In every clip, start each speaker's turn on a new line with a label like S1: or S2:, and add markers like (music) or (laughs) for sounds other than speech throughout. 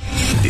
S1: The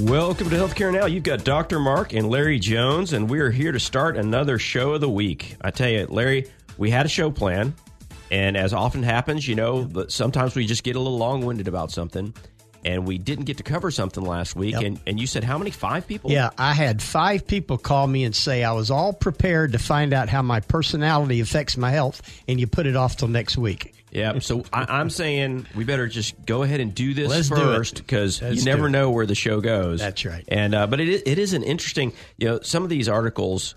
S2: Welcome to Healthcare Now. You've got Dr. Mark and Larry Jones, and we are here to start another show of the week. I tell you, Larry, we had a show plan, and as often happens, you know, but sometimes we just get a little long winded about something, and we didn't get to cover something last week.
S3: Yep.
S2: And, and you said how many? Five people?
S3: Yeah, I had five people call me and say I was all prepared to find out how my personality affects my health, and you put it off till next week.
S2: Yeah.
S3: (laughs)
S2: So I, I'm saying we better just go ahead and do this
S3: Let's do it.
S2: first because you
S3: Let's do
S2: never
S3: it.
S2: know where the show goes.
S3: That's right.
S2: And uh, but it is, it is an interesting. You know, some of these articles,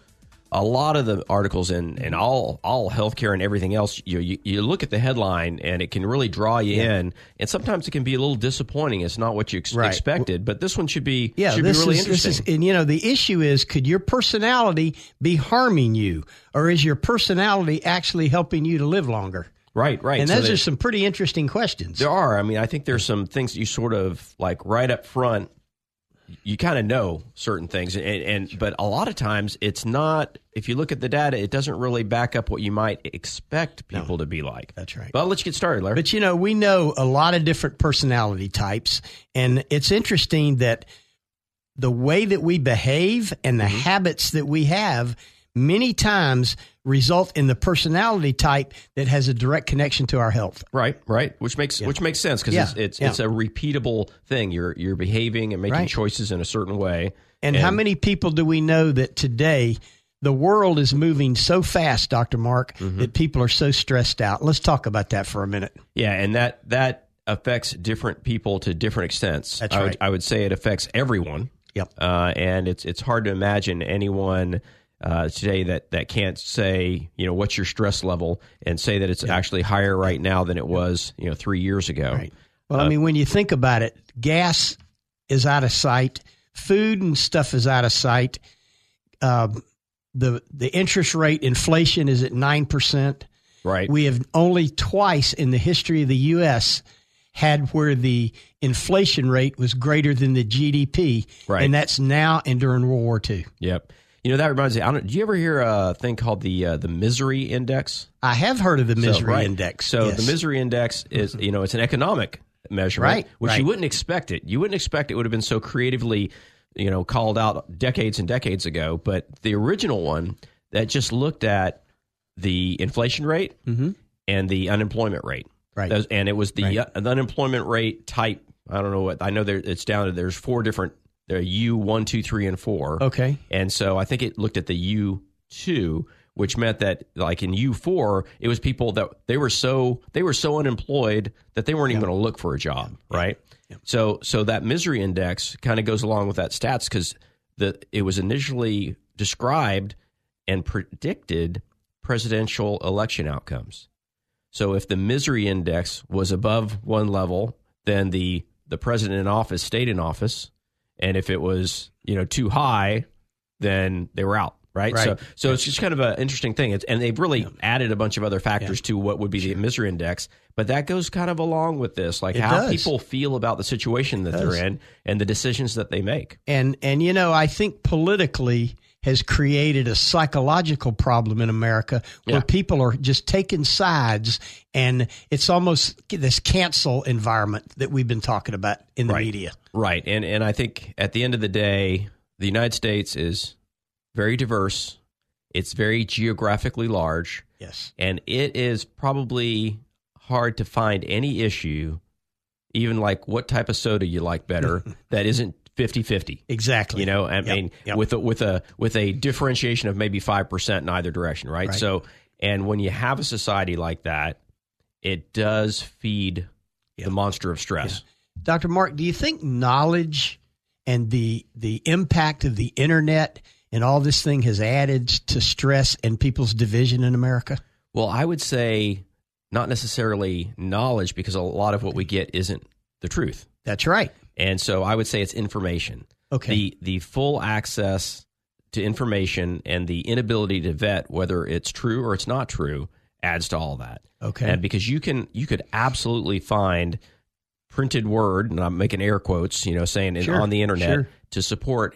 S2: a lot of the articles in in all all healthcare and everything else, you you, you look at the headline and it can really draw you in, and sometimes it can be a little disappointing. It's not what you ex-
S3: Right.
S2: expected. But this one should be
S3: Yeah,
S2: should
S3: this
S2: be really
S3: is
S2: interesting.
S3: this is, and you know, the issue is, could your personality be harming you, or is your personality actually helping you to live longer?
S2: right. Right.
S3: And
S2: So
S3: those
S2: they-
S3: are some pretty interesting questions.
S2: There are. I mean, I think there's some things that you sort of like right up front. You kind of know certain things, and, and but a lot of times it's not. If you look at the data, it doesn't really back up what you might expect people to be like.
S3: That's right.
S2: But let's get started, Larry.
S3: But you know, we know a lot of different personality types, and it's interesting that the way that we behave and the habits that we have many times result in the personality type that has a direct connection to our health.
S2: right, right. Which makes which makes sense because
S3: Yeah,
S2: it's it's,
S3: yeah.
S2: it's a repeatable thing. You're you're behaving and making
S3: Right.
S2: choices in a certain way.
S3: And, how many people do we know that today the world is moving so fast, Dr. Mark, that people are so stressed out? Let's talk about that for a minute.
S2: Yeah, and that that affects different people to different extents.
S3: That's
S2: I would,
S3: right.
S2: I would say it affects everyone.
S3: Yep.
S2: Uh, and it's it's hard to imagine anyone uh, today that that can't say you know what's your stress level and say that it's actually higher right now than it was you know three years ago.
S3: Right. Well,
S2: Uh,
S3: I mean, when you think about it, gas is out of sight, food and stuff is out of sight. Um, the the interest rate, inflation is at nine percent.
S2: Right.
S3: We have only twice in the history of the U.S. had where the inflation rate was greater than the GDP,
S2: Right.
S3: and that's now and during World War II.
S2: Yep. You know that reminds me. I don't, do you ever hear a thing called the uh, the misery index?
S3: I have heard of the misery
S2: so, right.
S3: index.
S2: So
S3: yes. Mm-hmm.
S2: the misery index is you know it's an economic measurement,
S3: Right,
S2: Which
S3: right.
S2: you wouldn't expect it. You wouldn't expect it would have been so creatively, you know, called out decades and decades ago. But the original one that just looked at the inflation rate and the unemployment rate,
S3: Mm-hmm. Right.
S2: Those- and it was the, uh, the unemployment rate type. I don't know what I know. There it's down to there's four different. There are U one, two, three, and four.
S3: Okay.
S2: And so I think it looked at the U2, which meant that like in U4, it was people that they were so they were so unemployed that they weren't even going to look for a job, right? So so that misery index kind of goes along with that stats cuz the it was initially described and predicted presidential election outcomes. So if the misery index was above one level, then the the president in office stayed in office, and if it was you know too high, then they were out. Right? So
S3: Right.
S2: so it's just kind of an interesting thing. It's, and they've really added a bunch of other factors to what would be the misery index, but that goes kind of along with this, like
S3: It
S2: how
S3: does.
S2: people feel about the situation that
S3: does.
S2: they're in and the decisions that they make.
S3: and and you know i think politically has created a psychological problem in america where
S2: Yeah.
S3: people are just taking sides and it's almost this cancel environment that we've been talking about in the
S2: Right.
S3: media
S2: Right. And and I think at the end of the day, the United States is very diverse. It's very geographically large.
S3: yes
S2: And it is probably hard to find any issue, even like what type of soda you like better, that isn't 50-50.
S3: Exactly.
S2: You know, I
S3: Yep,
S2: mean,
S3: yep.
S2: with a, with a with a differentiation of maybe five percent in either direction, right?
S3: Right.
S2: So, and when you have a society like that, it does feed the monster of stress.
S3: Dr. Mark, do you think knowledge and the the impact of the internet and all this thing has added to stress and people's division in America?
S2: Well, I would say not necessarily knowledge because a lot of what we get isn't the truth.
S3: That's right.
S2: And so I would say it's information.
S3: Okay.
S2: The the full access to information and the inability to vet whether it's true or it's not true adds to all that.
S3: Okay.
S2: And because you can you could absolutely find printed word, and I'm making air quotes, you know, saying
S3: Sure,
S2: on the internet
S3: sure.
S2: to support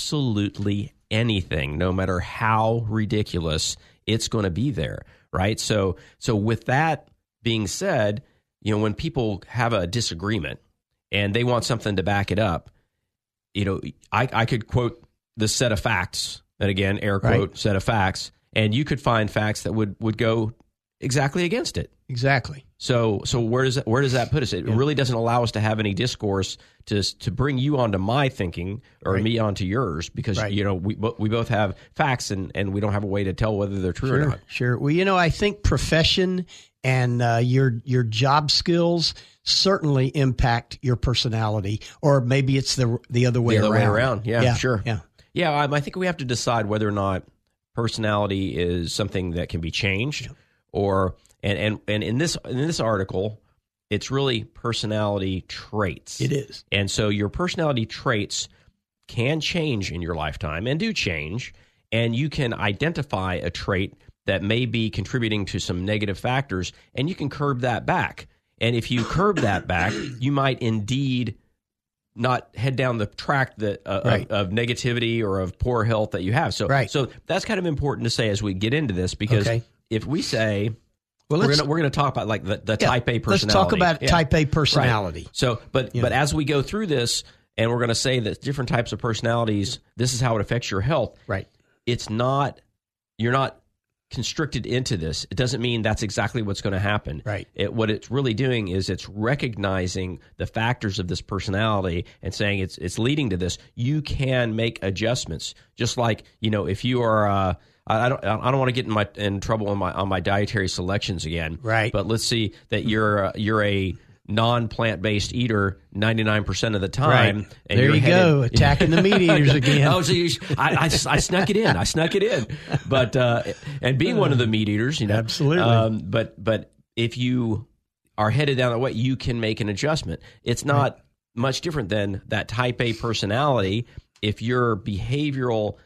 S2: absolutely anything, no matter how ridiculous it's going to be there, right? So, so with that being said, you know, when people have a disagreement and they want something to back it up, you know, I, I could quote the set of facts, and again, air
S3: Right.
S2: quote set of facts, and you could find facts that would would go exactly against it.
S3: Exactly.
S2: So so where does that, where does that put us? It really doesn't allow us to have any discourse to to bring you onto my thinking or me onto yours because
S3: Right.
S2: you know we bo- we both have facts and and we don't have a way to tell whether they're true or
S3: Sure,
S2: not.
S3: sure. Well, you know, I think profession and uh, your your job skills certainly impact your personality, or maybe it's the the other way
S2: the other
S3: around.
S2: way around. Yeah, sure.
S3: Yeah,
S2: Yeah, um, I, I think we have to decide whether or not personality is something that can be changed, or and and and in this in this article, it's really personality traits.
S3: it is.
S2: And so your personality traits can change in your lifetime and do change. And you can identify a trait that may be contributing to some negative factors and you can curb that back. And if you curb that back, (coughs) you might indeed not head down the track that uh,
S3: Right.
S2: of, of negativity or of poor health that you have. So,
S3: Right.
S2: so that's kind of important to say as we get into this because
S3: Okay.
S2: if we say
S3: Well,
S2: we're
S3: let's
S2: gonna we're gonna talk about like the, the
S3: yeah,
S2: type A personality.
S3: Let's talk about
S2: Yeah.
S3: type A
S2: Right.
S3: personality.
S2: So, but but as we go through this, and we're going to say that different types of personalities, this is how it affects your health.
S3: Right.
S2: It's not you're not constricted into this. It doesn't mean that's exactly what's going to happen.
S3: Right.
S2: It, what it's really doing is it's recognizing the factors of this personality and saying it's it's leading to this. You can make adjustments. Just like you know, if you are. Uh, I I don't. I don't want to get in my in trouble on my on my dietary selections again.
S3: Right.
S2: But let's see that you're uh, you're a non plant based eater ninety nine percent of the time.
S3: Right. There
S2: you're
S3: you
S2: (laughs)
S3: go, attacking the meat eaters again.
S2: oh, so you, I, I, I snuck it in. I snuck it in. But uh, and being one of the meat eaters, you know, Um,
S3: Absolutely.
S2: but but if you are headed down that way, you can make an adjustment. It's not much different than that type A personality. If your behavioral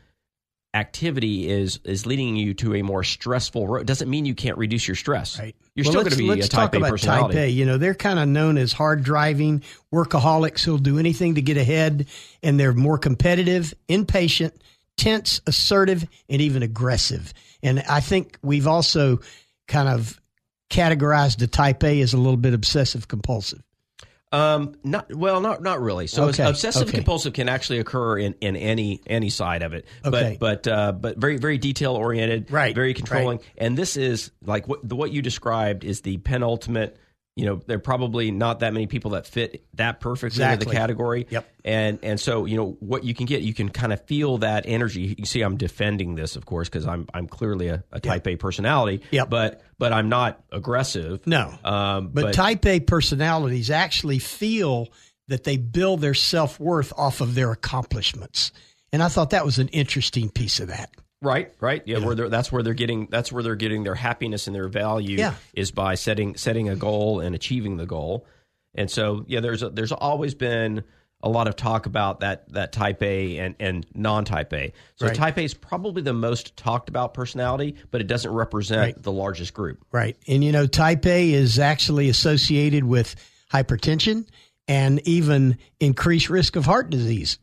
S2: activity is is leading you to a more stressful road, doesn't mean you can't reduce your stress.
S3: Right.
S2: You're
S3: Well,
S2: still going
S3: let's-
S2: to be
S3: let's
S2: a type
S3: talk
S2: A
S3: about
S2: personality.
S3: Type A. You know, they're kind of known as hard driving workaholics who'll do anything to get ahead, and they're more competitive, impatient, tense, assertive, and even aggressive. And I think we've also kind of categorized the type A as a little bit obsessive compulsive.
S2: Um, not well, not not really. So
S3: Okay,
S2: obsessive
S3: okay.
S2: compulsive can actually occur in, in any any side of it.
S3: Okay.
S2: But but uh, but very very detail oriented,
S3: Right,
S2: Very
S3: right.
S2: controlling. And this is like what the, what you described is the penultimate. You know, there are probably not that many people that fit that perfectly into the
S3: Exactly.
S2: category.
S3: Yep.
S2: And and so you know what you can get, you can kind of feel that energy. You see, I'm defending this, of course, because I'm I'm clearly a, a type A personality.
S3: Yep.
S2: But but I'm not aggressive.
S3: No.
S2: Um,
S3: But, type A personalities actually feel that they build their self worth off of their accomplishments. And I thought that was an interesting piece of that.
S2: Right, right. Yeah, where they're, that's where they're getting that's where they're getting their happiness and their value
S3: Yeah.
S2: is by setting setting a goal and achieving the goal. And so, yeah, there's a, there's always been a lot of talk about that that type A and and non-type A. So
S3: Right.
S2: type A is probably the most talked about personality, but it doesn't represent the largest group.
S3: Right. And you know, type A is actually associated with hypertension and even increased risk of heart disease.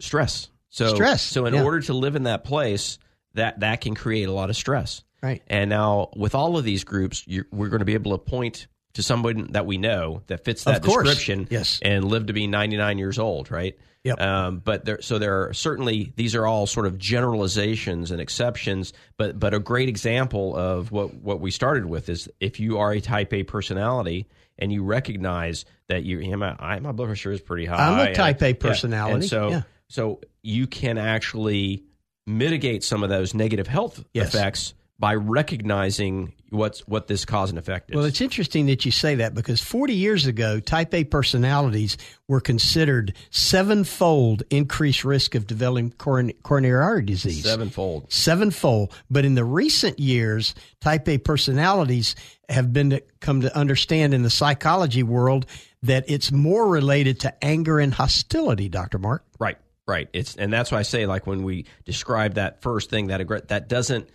S2: Stress. So
S3: Stress,
S2: So in
S3: yeah.
S2: order to live in that place, that that can create a lot of stress.
S3: Right.
S2: And now with all of these groups, you we're going to be able to point to someone that we know that fits that
S3: Of course.
S2: description
S3: Yes.
S2: and live to be 99 years old, right?
S3: Yep.
S2: Um, but there, so there are certainly these are all sort of generalizations and exceptions, but but a great example of what what we started with is if you are a Type A personality and you recognize that you, yeah, my, I, my blood pressure is pretty high.
S3: I'm a
S2: and-
S3: Type A
S2: yeah,
S3: personality,
S2: and so
S3: yeah.
S2: so you can actually mitigate some of those negative health
S3: Yes.
S2: effects by recognizing what's what this cause and effect is.
S3: Well, it's interesting that you say that because 40 years ago, type A personalities were considered sevenfold increased risk of developing coron- coronary artery disease.
S2: sevenfold.
S3: Sevenfold. But in the recent years, type A personalities have been to come to understand in the psychology world that it's more related to anger and hostility, Dr. Mark.
S2: Right, right. It's and that's why I say like when we describe that first thing that aggr- that doesn't.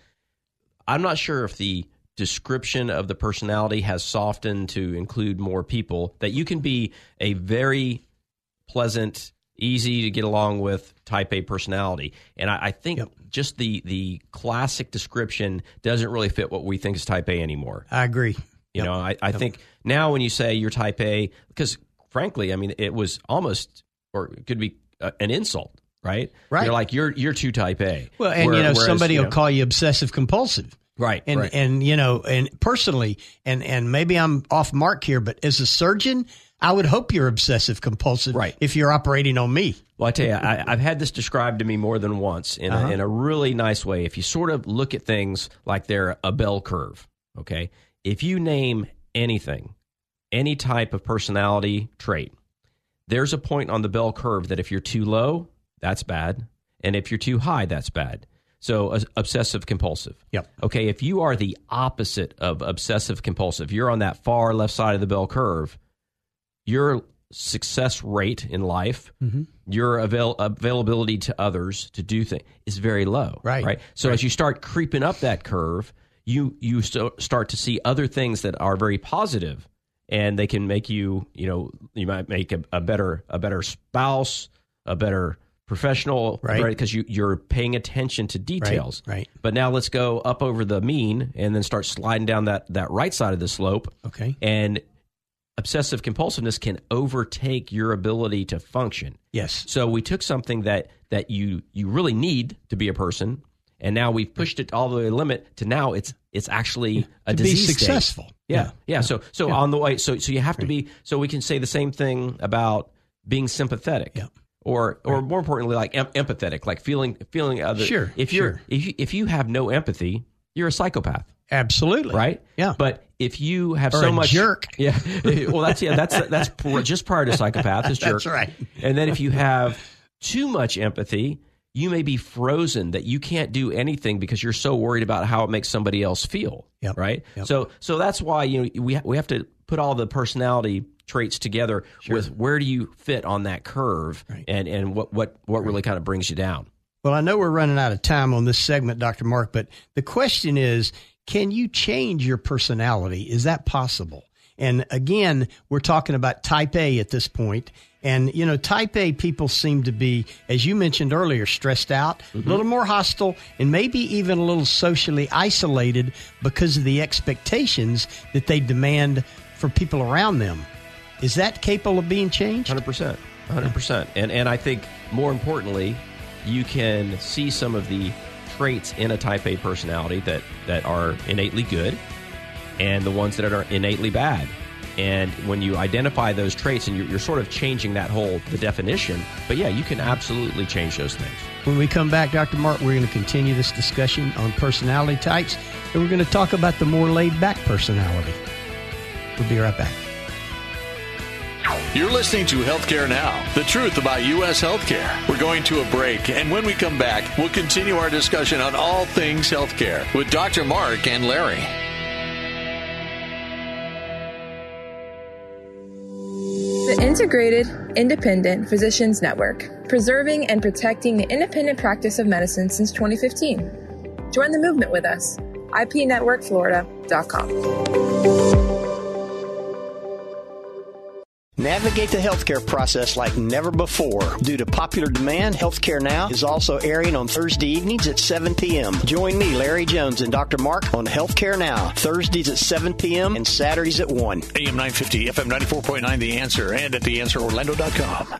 S2: I'm not sure if the description of the personality has softened to include more people that you can be a very pleasant, easy to get along with type A personality. And I, I think just the the classic description doesn't really fit what we think is type A anymore.
S3: I agree.
S2: You know, I, I think now when you say you're type A, because frankly, I mean, it was almost or it could be uh, an insult, right?
S3: Right.
S2: You're like you're you're too type A.
S3: Well, and
S2: Where-
S3: you know,
S2: whereas,
S3: somebody
S2: you
S3: will
S2: know-
S3: call you obsessive compulsive.
S2: Right,
S3: And
S2: right.
S3: and you know, and personally, and and maybe I'm off mark here, but as a surgeon, I would hope you're obsessive compulsive
S2: Right.
S3: if you're operating on me.
S2: Well, I tell you, I, I've had this described to me more than once in, a, in a really nice way. If you sort of look at things like they're a bell curve, okay? If you name anything, any type of personality trait, there's a point on the bell curve that if you're too low, that's bad. And if you're too high, that's bad. So uh, obsessive compulsive.
S3: Yep.
S2: Okay. If you are the opposite of obsessive compulsive, you're on that far left side of the bell curve, your success rate in life,
S3: Mm-hmm.
S2: your avail- availability to others to do things is very low.
S3: Right.
S2: Right. So as you start creeping up that curve, you you so, start to see other things that are very positive, and they can make you you know you might make a, a better a better spouse, a better professional,
S3: Right.
S2: Because you you're paying attention to details,
S3: right.
S2: But now let's go up over the mean and then start sliding down that that right side of the slope,
S3: Okay.
S2: and obsessive compulsiveness can overtake your ability to function.
S3: Yes.
S2: So we took something that that you you really need to be a person, and now we've pushed it all the way to the limit to now it's it's actually a
S3: To be
S2: disease state.
S3: successful.
S2: Yeah. yeah, So so on the way, so so you have to be. So we can say the same thing about being sympathetic.
S3: Yeah.
S2: Or, or more importantly, like em- empathetic, like feeling feeling other.
S3: Sure,
S2: If you're
S3: sure.
S2: if you, if you have no empathy, you're a psychopath
S3: Absolutely.
S2: right?
S3: Yeah.
S2: But if you have
S3: Or
S2: so
S3: a
S2: much
S3: jerk.
S2: (laughs) yeah. Well, that's yeah, that's that's pr- just prior to psychopath is jerk.
S3: (laughs) That's right.
S2: And then if you have too much empathy, you may be frozen that you can't do anything because you're so worried about how it makes somebody else feel.
S3: Yep.
S2: Right. So so that's why you know we ha- we have to put all the personality traits together with where do you fit on that curve and and what what what really kind of brings you down.
S3: Well, I know we're running out of time on this segment, Dr. Mark, but the question is can you change your personality? Is that possible? And again, we're talking about type A at this point. And, you know, type A people seem to be, as you mentioned earlier, stressed out, a
S2: Mm-hmm.
S3: little more hostile, and maybe even a little socially isolated because of the expectations that they demand for people around them. Is that capable of being changed?
S2: Hundred percent, hundred percent, and and I think more importantly, you can see some of the traits in a Type A personality that that are innately good, and the ones that are innately bad. And when you identify those traits, and you're, you're sort of changing that whole the definition, but yeah, you can absolutely change those things.
S3: When we come back, Dr. Mark, we're going to continue this discussion on personality types, and we're going to talk about the more laid back personality. We'll be right back.
S4: You're listening to Healthcare Now, the truth about U.S. healthcare. We're going to a break, and when we come back, we'll continue our discussion on all things healthcare with Dr. Mark and Larry.
S5: The Integrated Independent Physicians Network, preserving and protecting the independent practice of medicine since 2015. Join the movement with us. IPNetworkFlorida.com.
S3: Navigate the healthcare process like never before. Due to popular demand, Healthcare Now is also airing on Thursday evenings at 7 p.m. Join me, Larry Jones, and Dr. Mark on Healthcare Now, Thursdays at 7 p.m. and Saturdays at 1.
S4: AM 950, FM 94.9, The Answer, and at TheAnswerOrlando.com.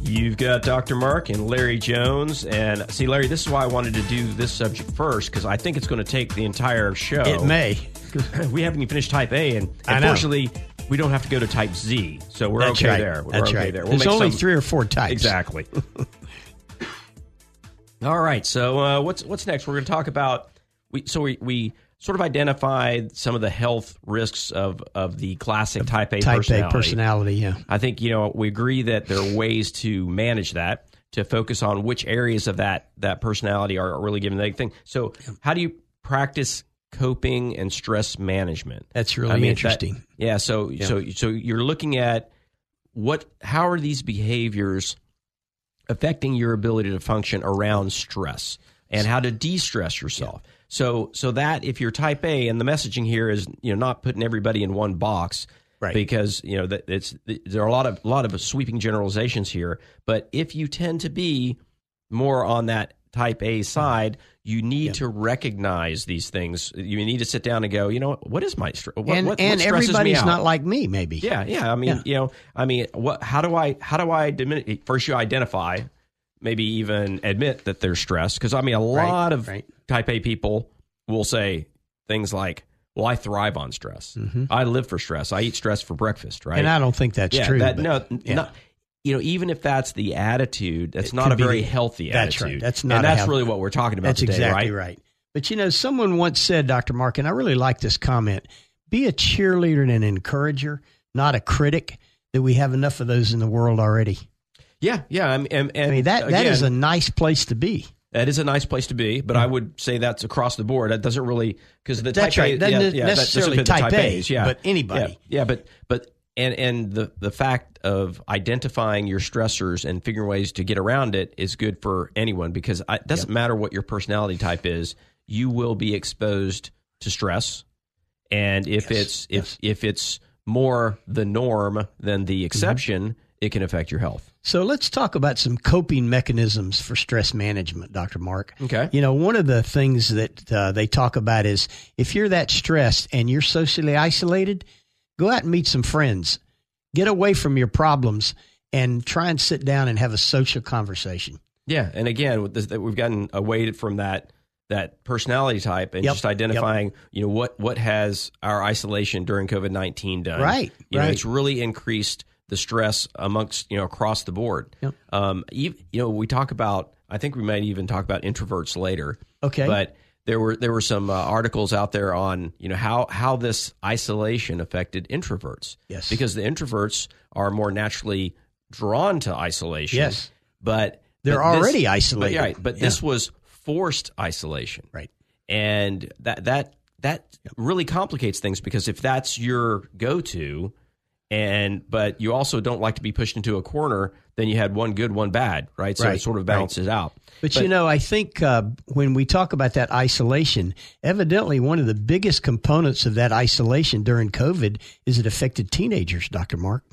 S2: You've got Dr. Mark and Larry Jones. And see, Larry, this is why I wanted to do this subject first because I think it's going to take the entire show.
S3: It may.
S2: (clears throat) we haven't even finished type A, and
S3: I know.
S2: unfortunately, we don't have to go to type Z. So we're
S3: That's
S2: okay
S3: right.
S2: there. We're
S3: That's
S2: okay
S3: right.
S2: there.
S3: There's
S2: make
S3: only
S2: some-
S3: three or four types. (laughs)
S2: Exactly. All right. So uh, what's what's next? We're going to talk about we so we, we sort of identified some of the health risks of of the classic type A
S3: Type A
S2: personality.
S3: personality, yeah.
S2: I think you know we agree that there are ways to manage that to focus on which areas of that that personality are really giving that thing. So how do you practice coping and stress management?
S3: That's really
S2: if that-
S3: interesting.
S2: yeah. So so so you're looking at what? How are these behaviors affecting your ability to function around stress and how to de-stress yourself? So so that if you're Type A and the messaging here is you know not putting everybody in one box.
S3: Right.
S2: Because you know that it's there are a lot of lot of sweeping generalizations here, but if you tend to be more on that type A side, you need to recognize these things. You need to sit down and go, you know, what is my stress? What,
S3: and
S2: what, what
S3: and
S2: stresses me
S3: everybody's
S2: out?
S3: not like me, maybe.
S2: yeah, yeah. I mean,
S3: Yeah.
S2: you know, I mean, what? How do I? How do I diminish? First, you identify, maybe even admit that they're stressed. Because I mean, a
S3: Right,
S2: lot of
S3: right.
S2: Type A people will say things like, "Well, I thrive on stress. I live for stress. I eat stress for breakfast." Right?
S3: Mm-hmm. And I don't think that's
S2: yeah,
S3: true.
S2: That,
S3: but-
S2: no, n-
S3: yeah.
S2: not- you know, even if that's the attitude, that's not
S3: could
S2: a very
S3: be-
S2: healthy
S3: that's right.
S2: attitude.
S3: That's not
S2: And
S3: a
S2: that's
S3: health-
S2: really what we're talking about
S3: That's
S2: today,
S3: exactly
S2: right?
S3: But you know, someone once said, Dr. Mark, and I really like this comment be a cheerleader and an encourager, not a critic, that we have enough of those in the world already.
S2: Yeah, yeah. I'm, and, and
S3: I mean, that, that is
S2: again,
S3: a nice place to be.
S2: That is a nice place to be, but I would say that's across the board. That doesn't really because the
S3: Mm. That's
S2: type
S3: right.
S2: A,
S3: Doesn't
S2: yeah,
S3: it
S2: yeah, that doesn't
S3: necessarily
S2: fit the
S3: type A,
S2: A's, yeah,
S3: but anybody.
S2: Yeah, yeah, but but and and the the fact of identifying your stressors and figuring ways to get around it is good for anyone because I- it doesn't matter what your personality type is, you will be exposed to stress, and if it's if if it's more the norm than
S3: Mm-hmm.
S2: the exception, it can affect your health.
S3: So let's talk about some coping mechanisms for stress management, Dr. Mark.
S2: Okay.
S3: You know, one of the things that uh, they talk about is if you're that stressed and you're socially isolated, go out and meet some friends, get away from your problems, and try and sit down and have a social conversation.
S2: Yeah, and again, with this, that we've gotten away from that that personality type and
S3: Yep,
S2: just identifying, you know, what what has our isolation during COVID nineteen done?
S3: Right,
S2: you know,
S3: right.
S2: it's really increased the stress amongst you know across the board.
S3: Yep.
S2: Um, ev you know, we talk about. I think we might even talk about introverts later.
S3: Okay.
S2: but there were there were some uh, articles out there on you know how how this isolation affected introverts.
S3: Yes.
S2: because the introverts are more naturally drawn to isolation.
S3: Yes.
S2: but
S3: They're
S2: but this-
S3: already
S2: but
S3: isolated.
S2: yeah, But, this was forced isolation,
S3: Right.
S2: and that that that really complicates things because if that's your go-to, and but you also don't like to be pushed into a corner, then you had one good, one bad, right? So it
S3: Right,
S2: sort of
S3: right.
S2: balances out.
S3: But, you know, I think uh, when we talk about that isolation, evidently one of the biggest components of that isolation during COVID is it affected teenagers, Dr. Mark.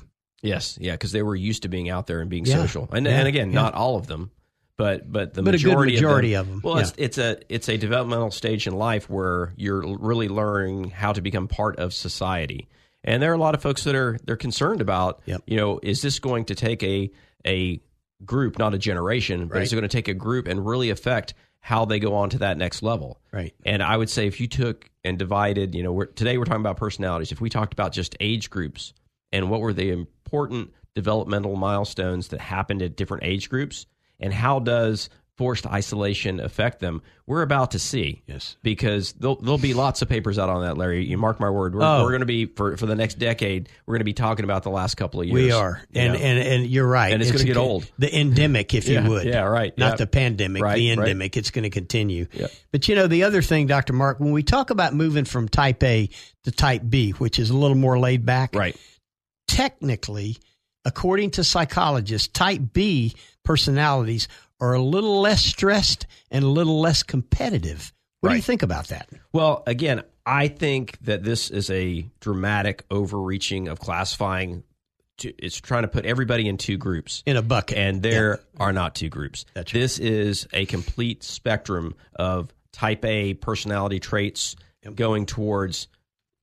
S2: Yes, yeah, because they were used to being out there and being
S3: Yeah.
S2: social, and
S3: Yeah,
S2: and again,
S3: yeah.
S2: not all of them, but but the
S3: But a good
S2: majority,
S3: majority
S2: of
S3: of
S2: them.
S3: them,
S2: Well, it's it's a it's a developmental stage in life where you're l- really learning how to become part of society, and there are a lot of folks that are they're concerned about,
S3: Yep.
S2: you know, is this going to take a a group, not a generation, but is it going to take a group and really affect how they go on to that next level?
S3: Right.
S2: And I would say if you took and divided, you know, we're, today we're talking about personalities. If we talked about just age groups and what were the important developmental milestones that happened at different age groups, and how does forced isolation affect them, we're about to see.
S3: Yes.
S2: Because there'll, there'll be lots of papers out on that, Larry. You mark my word. We're,
S3: Oh.
S2: we're going to be, for, for the next decade, we're going to be talking about the last couple of years.
S3: We are,
S2: you
S3: and
S2: know?
S3: and and you're right.
S2: And it's gonna
S3: a
S2: get
S3: con-
S2: old.
S3: The endemic, if
S2: Yeah,
S3: you would.
S2: yeah, right,
S3: Not
S2: yeah.
S3: the pandemic,
S2: Right,
S3: the
S2: right.
S3: endemic. It's going to continue.
S2: Yeah.
S3: But you know, the other thing, Doctor Mark, when we talk about moving from Type A to Type B, which is a little more laid back,
S2: right.
S3: Technically, according to psychologists, Type B personalities are a little less stressed and a little less competitive. What do you
S2: Right.
S3: think about that?
S2: Well, again, I think that this is a dramatic overreaching of classifying. To, it's trying to put everybody in two groups.
S3: In a bucket,
S2: and there are not two groups.
S3: That's right.
S2: this is a complete spectrum of type A personality traits going towards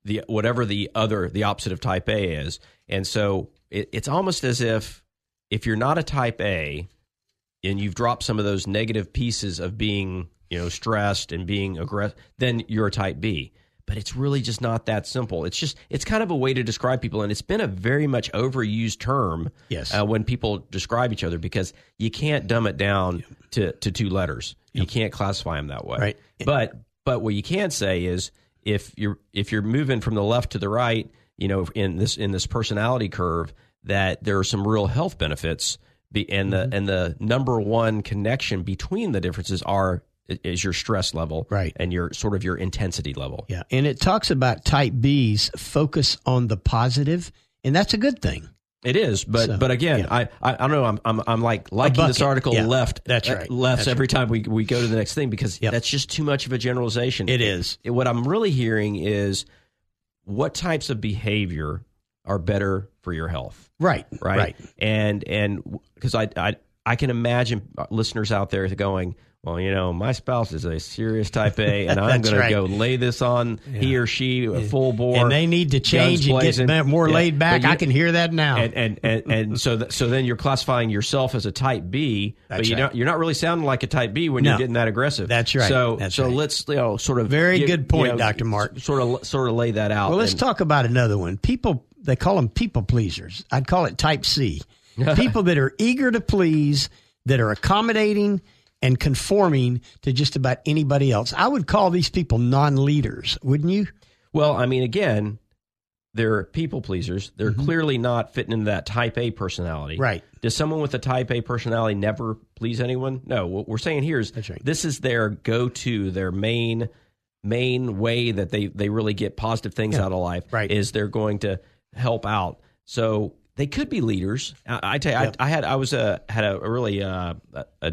S2: the whatever the other the opposite of type A is. And so it, it's almost as if if you're not a type A and you've dropped some of those negative pieces of being, you know, stressed and being aggressive, then you're a type B. But it's really just not that simple. It's just it's kind of a way to describe people, and it's been a very much overused term
S3: Yes.
S2: uh, when people describe each other because you can't dumb it down to, to two letters. You can't classify them that way.
S3: Right.
S2: But but what you can say is if you're if you're moving from the left to the right, you know, in this in this personality curve, that there are some real health benefits. Be, and the
S3: Mm-hmm.
S2: and the number one connection between the differences are is your stress level,
S3: Right.
S2: and your sort of your intensity level.
S3: Yeah. And it talks about type B's focus on the positive, and that's a good thing.
S2: It is, but
S3: So,
S2: but again,
S3: yeah.
S2: I, I I don't know. I'm I'm, I'm like liking
S3: bucket.
S2: this article
S3: Yeah,
S2: left.
S3: that's
S2: uh,
S3: right.
S2: Lefts
S3: That's
S2: every time we, we go to the next thing because
S3: Yep.
S2: that's just too much of a generalization.
S3: It is.
S2: It- what I'm really hearing is what types of behavior are better for your health,
S3: Right.
S2: right? And and because I I I can imagine uh, listeners out there going. Well, you know, my spouse is a serious type A,
S3: (laughs)
S2: and I'm
S3: That's
S2: going
S3: right.
S2: to go lay this on he or she uh, full bore.
S3: And they need to
S2: guns
S3: change and get
S2: blazing.
S3: ba- more
S2: Yeah.
S3: laid back.
S2: But you-
S3: I can hear that now.
S2: and and and, and so th- so then you're classifying yourself as a type B, but
S3: That's
S2: you
S3: right.
S2: don't, you're not really sounding like a type B when
S3: No.
S2: you're getting that aggressive.
S3: That's right.
S2: So
S3: That's
S2: so
S3: right.
S2: let's you know sort of
S3: Very
S2: give-
S3: good point, Dr.
S2: s-
S3: Mark.
S2: Sort of sort of lay that out.
S3: well, let's
S2: and-
S3: talk about another one. People, they call them people pleasers. I'd call it type
S2: (laughs)
S3: C. people that are eager to please, that are accommodating and conforming to just about anybody else. I would call these people non leaders, wouldn't you?
S2: Well, I mean, again, they're people pleasers. They're clearly not fitting into that type A personality.
S3: Mm-hmm. Right.
S2: Does someone with a type A personality never please anyone? No. What we're saying here is
S3: That's right.
S2: this is their go to, their main main way that they, they really get positive things out of life
S3: Right.
S2: is they're going to help out. So they could be leaders. I, I tell you,
S3: Yep.
S2: I, I had I was a had a really uh, a, a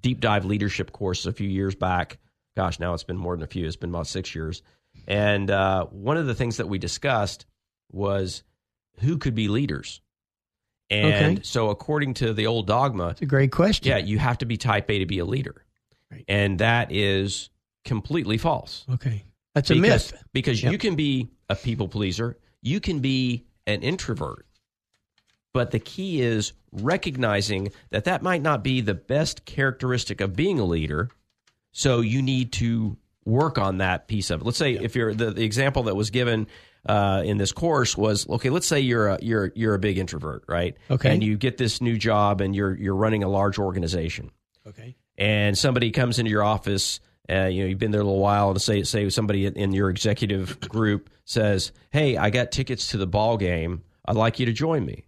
S2: deep dive leadership course a few years back. Gosh, now it's been more than a few. It's been about six years. And uh, one of the things that we discussed was who could be leaders. And
S3: Okay.
S2: so, according to the old dogma,
S3: It's a great question.
S2: yeah, you have to be type A to be a leader.
S3: Right.
S2: And that is completely false.
S3: Okay. That's a
S2: because,
S3: myth.
S2: Because
S3: Yep.
S2: you can be a people pleaser, you can be an introvert. But the key is recognizing that that might not be the best characteristic of being a leader. So you need to work on that piece of it. Let's say if you're the, the example that was given uh, in this course was okay. Let's say you're a you're you're a big introvert, right?
S3: Okay.
S2: and you get this new job and you're you're running a large organization
S3: Okay.
S2: and somebody comes into your office, uh, you know, you've been there a little while, and say say somebody in your executive group says, "Hey, I got tickets to the ball game. I'd like you to join me."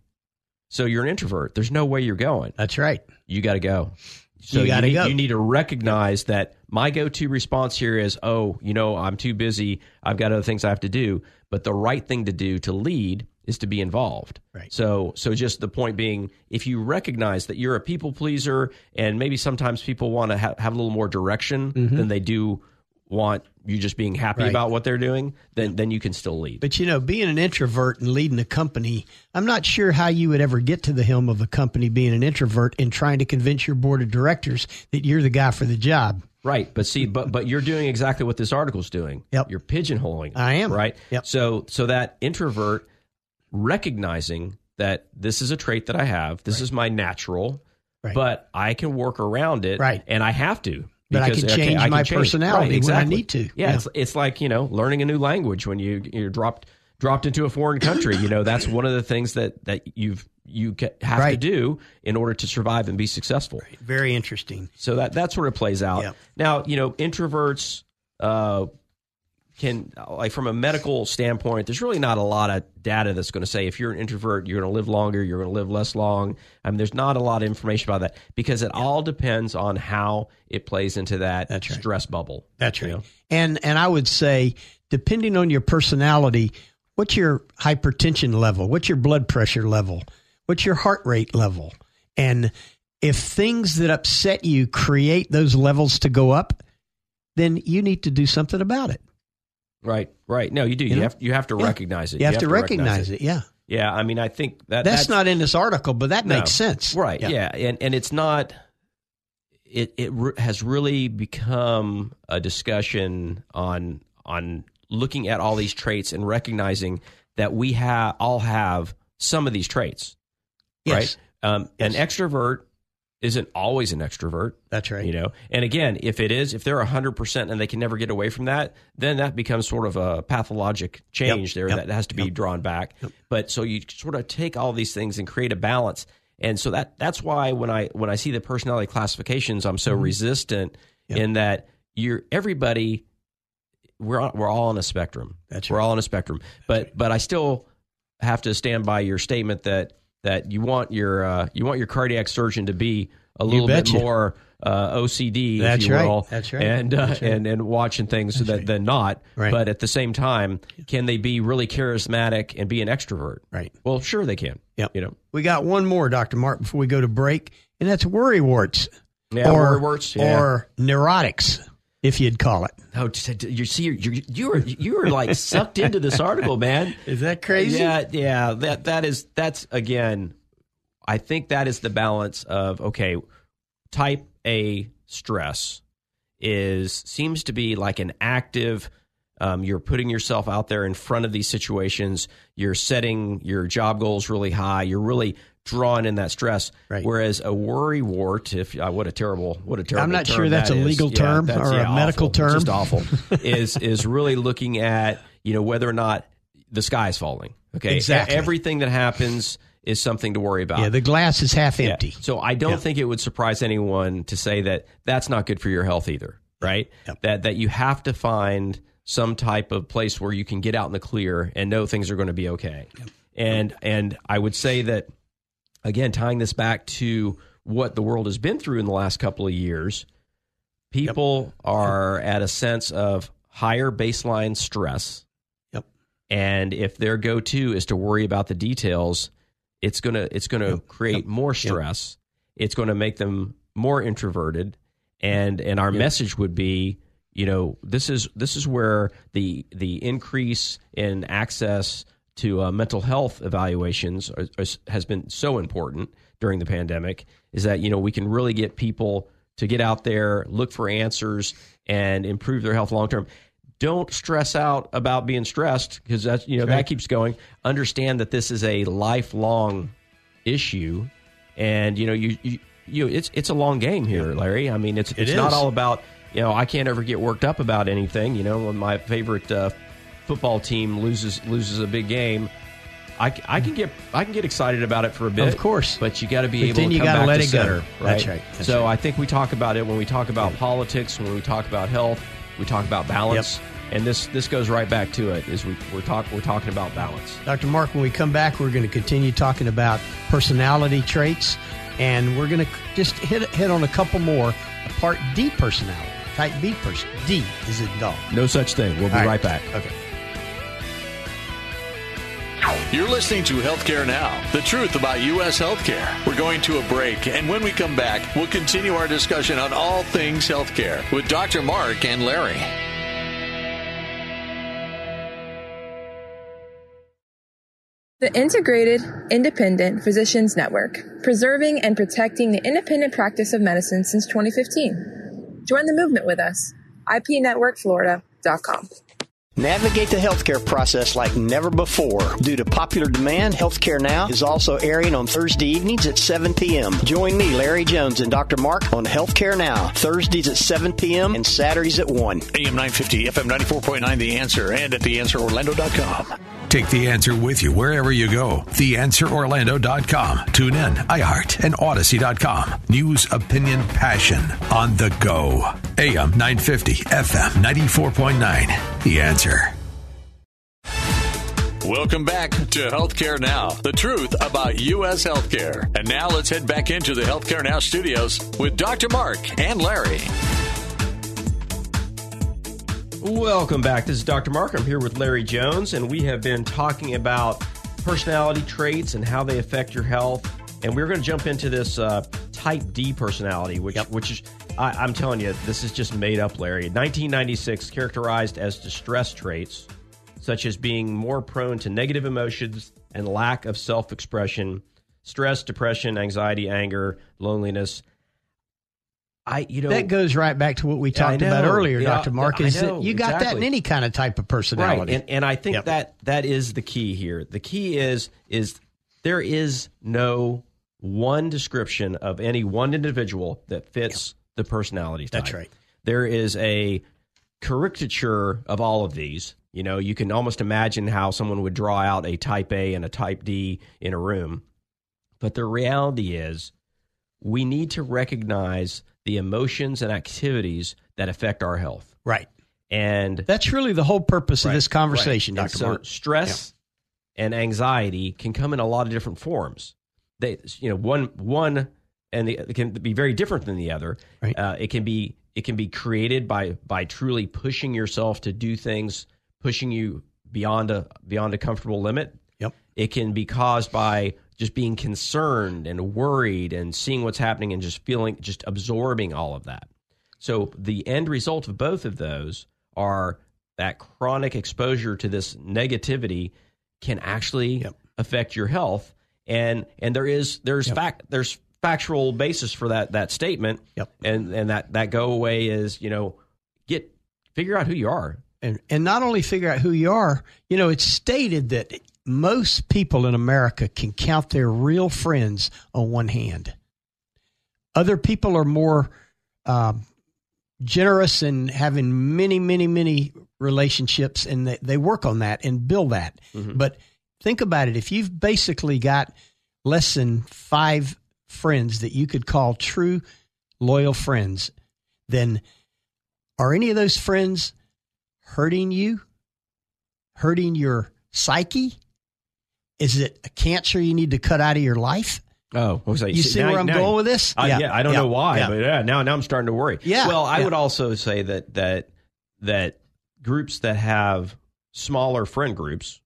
S2: So you're an introvert. There's no way you're going.
S3: That's right.
S2: You got to go. So
S3: You gotta
S2: need,
S3: go.
S2: You need to recognize that my go-to response here is, "Oh, you know, I'm too busy. I've got other things I have to do." But the right thing to do to lead is to be involved.
S3: Right.
S2: So, so just the point being, if you recognize that you're a people pleaser, and maybe sometimes people want to ha- have a little more direction than they do want you just being happy
S3: Mm-hmm. Right.
S2: about what they're doing, then then you can still lead.
S3: But you know, being an introvert and leading a company, I'm not sure how you would ever get to the helm of a company being an introvert and trying to convince your board of directors that you're the guy for the job.
S2: Right, but see, but but you're doing exactly what this article's doing.
S3: Yep.
S2: You're pigeonholing.
S3: I am.
S2: Right.
S3: Yep.
S2: So so that introvert recognizing that this is a trait that I have, this is my natural,
S3: Right.
S2: but I can work around it.
S3: Right.
S2: And I have to.
S3: But I
S2: because,
S3: can change my personality when I need to.
S2: Yeah,
S3: Yeah.
S2: It's, it's like you know learning a new language when you you're dropped dropped into a foreign country. you know that's one of the things that that you've you ca- have to
S3: Right.
S2: do in order to survive and be successful.
S3: Very interesting.
S2: So that that's where it plays out.
S3: Yep.
S2: Now, you know, introverts uh, can like from a medical standpoint, there's really not a lot of data that's going to say if you're an introvert, you're going to live longer, you're going to live less long. I mean, there's not a lot of information about that because it all depends on how it plays into that
S3: That's right.
S2: stress bubble.
S3: That's
S2: you
S3: right.
S2: know?
S3: And and I would say, depending on your personality, what's your hypertension level? What's your blood pressure level? What's your heart rate level? And if things that upset you create those levels to go up, then you need to do something about it.
S2: Right, right. No, you do. You,
S3: know?
S2: have you have to
S3: Yeah.
S2: recognize it.
S3: You, have, to, recognize, it. Yeah.
S2: Yeah, I mean, I think that
S3: That's, not in this article, but that
S2: No.
S3: makes sense.
S2: right yeah. and and it's not it it re- has really become a discussion on on looking at all these traits and recognizing that we have all have some of these traits
S3: Yes.
S2: right um, an
S3: Yes.
S2: extrovert isn't always an extrovert
S3: That's right.
S2: you know and again if it is if they're 100% and they can never get away from that then that becomes sort of a pathologic change there
S3: yep,
S2: that has to be drawn back but so you sort of take all these things and create a balance and so that that's why when i when i see the personality classifications i'm so resistant
S3: Mm-hmm. Yep.
S2: in that you're everybody we're on, we're all on a spectrum
S3: That's
S2: we're
S3: right.
S2: all on a spectrum but but i still have to stand by your statement that that you want your uh, you want your cardiac surgeon to be a little bit
S3: betcha.
S2: more more uh, OCD,
S3: That's
S2: if you
S3: right.
S2: will,
S3: That's right.
S2: and uh,
S3: That's right.
S2: and and watching things that than not.
S3: Right.
S2: But at the same time, can they be really charismatic and be an extrovert?
S3: Right.
S2: Well, sure they can.
S3: Yep.
S2: You know.
S3: We got one more, Dr. Mark, before we go to break, and that's worry warts.
S2: Yeah,
S3: or,
S2: worry warts, yeah.
S3: Or neurotics, if you'd call it.
S2: Oh, just- you see, you're you're you're, you're like sucked into this article, man.
S3: Is that
S2: Yeah, yeah. That that is that's again. I think that is the balance of okay, type A stress is seems to be like an active. Um, you're putting yourself out there in front of these situations. You're setting your job goals really high. You're really drawn in that stress.
S3: Right.
S2: Whereas a worry wart, if uh, what a terrible, what a terrible.
S3: I'm not
S2: term
S3: sure that's
S2: that
S3: a
S2: is.
S3: legal
S2: Yeah,
S3: term
S2: that's-
S3: or a
S2: yeah,
S3: medical
S2: awful.
S3: term.
S2: Just awful is is really looking at you know whether or not the sky is falling. Okay,
S3: Exactly.
S2: E- Everything that happens is something to worry about.
S3: Yeah, the glass is half
S2: Yeah.
S3: empty.
S2: So I don't think it would surprise anyone to say that that's not good for your health either, right?
S3: Yep.
S2: That that you have to find some type of place where you can get out in the clear and know things are going to be okay. And and I would say that again tying this back to what the world has been through in the last couple of years, people are at a sense of higher baseline stress.
S3: Yep.
S2: And if their go-to is to worry about the details, it's going to it's going to create more stress. It's going to make them more introverted and and our message would be, you know, this is this is where the the increase in access to uh, mental health evaluations are, are, has been so important during the pandemic is that you know we can really get people to get out there, look for answers, and improve their health long term. Don't stress out about being stressed because that's you know that keeps going. Understand that this is a lifelong issue, and you know you you, you it's it's a long game here, Larry. I mean it's it's not
S3: is.
S2: all about you know I can't ever get worked up about anything. You know when my favorite uh, football team loses loses a big game. I, c- I can get I can get excited about it for a bit,
S3: Of course.
S2: but you got to be
S3: But
S2: able
S3: then
S2: to
S3: you
S2: come
S3: gotta
S2: back
S3: let
S2: to
S3: it go.
S2: center, right?
S3: That's right. That's
S2: so I think we talk about it when we talk about politics, when we talk about health, we talk about balance, and this this goes right back to it. Is we, we're talk we're talking about balance.
S3: Dr. Mark, when we come back, we're going to continue talking about personality traits, and we're going to just hit, hit on a couple more. A part D personality, type B person. D is in dog.
S2: No such thing. We'll be
S3: All
S2: right back.
S3: Okay.
S4: You're listening to Healthcare Now, the truth about U.S. healthcare. We're going to a break, and when we come back, we'll continue our discussion on all things healthcare with Dr. Mark and Larry.
S5: The Integrated Independent Physicians Network, preserving and protecting the independent practice of medicine since 2015. Join the movement with us. IPNetworkFlorida.com.
S3: Navigate the healthcare process like never before. Due to popular demand, Healthcare Now is also airing on Thursday evenings at 7 p.m. Join me, Larry Jones, and Dr. Mark on Healthcare Now, Thursdays at 7 p.m. and Saturdays at 1.
S4: AM 950, FM 94.9, The Answer, and at TheAnswerOrlando.com.
S1: Take the answer with you wherever you go. TheAnswerOrlando.com. Tune in, iHeart, and Odyssey.com. News, opinion, passion on the go. AM 950, FM 94.9. The answer.
S4: Welcome back to Healthcare Now, the truth about U.S. healthcare. And now let's head back into the Healthcare Now studios with Dr. Mark and Larry.
S2: Welcome back. This is Dr. Mark. I'm here with Larry Jones, and we have been talking about personality traits and how they affect your health. And we're going to jump into this uh, type D personality, which, which is, I, I'm telling you, this is just made up, Larry. 1996, characterized as distress traits, such as being more prone to negative emotions and lack of self expression, stress, depression, anxiety, anger, loneliness. I, you know,
S3: That goes right back to what we
S2: Yeah, I
S3: talked about
S2: know.
S3: earlier,
S2: Yeah,
S3: Dr. Mark,
S2: I
S3: is
S2: know,
S3: that you got that in
S2: exactly.
S3: any kind of type of
S2: right
S3: personality.
S2: and, and i think
S3: Yep.
S2: that that is the key here the key is is there is no one description of any one individual that fits the personality type
S3: That's right.
S2: there is a caricature of all of these you know you can almost imagine how someone would draw out a type a and a type d in a room but the reality is we need to recognize the emotions and activities that affect our health
S3: right.
S2: and
S3: That's really the whole purpose of this conversation,
S2: Right. And
S3: Dr.
S2: so
S3: Mark.
S2: Stress and anxiety can come in a lot of different forms. They, you know, one one and the, it can be very different than the other.
S3: Right.
S2: Uh, it can be it can be created by by truly pushing yourself to do things, pushing you beyond a beyond a comfortable limit.
S3: Yep.
S2: It can be caused by just being concerned and worried and seeing what's happening and just feeling just absorbing all of that. So the end result of both of those are that chronic exposure to this negativity can actually
S3: Yep.
S2: affect your health and and there is there's fact there's factual basis for that that statement
S3: Yep.
S2: and and that that go away is you know get figure out who you are
S3: and and not only figure out who you are. You know, it's stated that most people in America can count their real friends on one hand. Other people are more um, generous and having many, many, many relationships, and they, they work on that and build that. But think about it: if you've basically got less than five friends that you could call true loyal friends, then are any of those friends hurting you, hurting your psyche? Is it a cancer you need to cut out of your life?
S2: Oh, I was like,
S3: You see where I'm going with this?
S2: I, yeah,
S3: Yeah,
S2: I don't
S3: yeah,
S2: know why,
S3: yeah.
S2: but yeah, now now I'm starting to worry.
S3: Yeah,
S2: Well, I
S3: yeah.
S2: would also say that that that groups that have smaller friend groups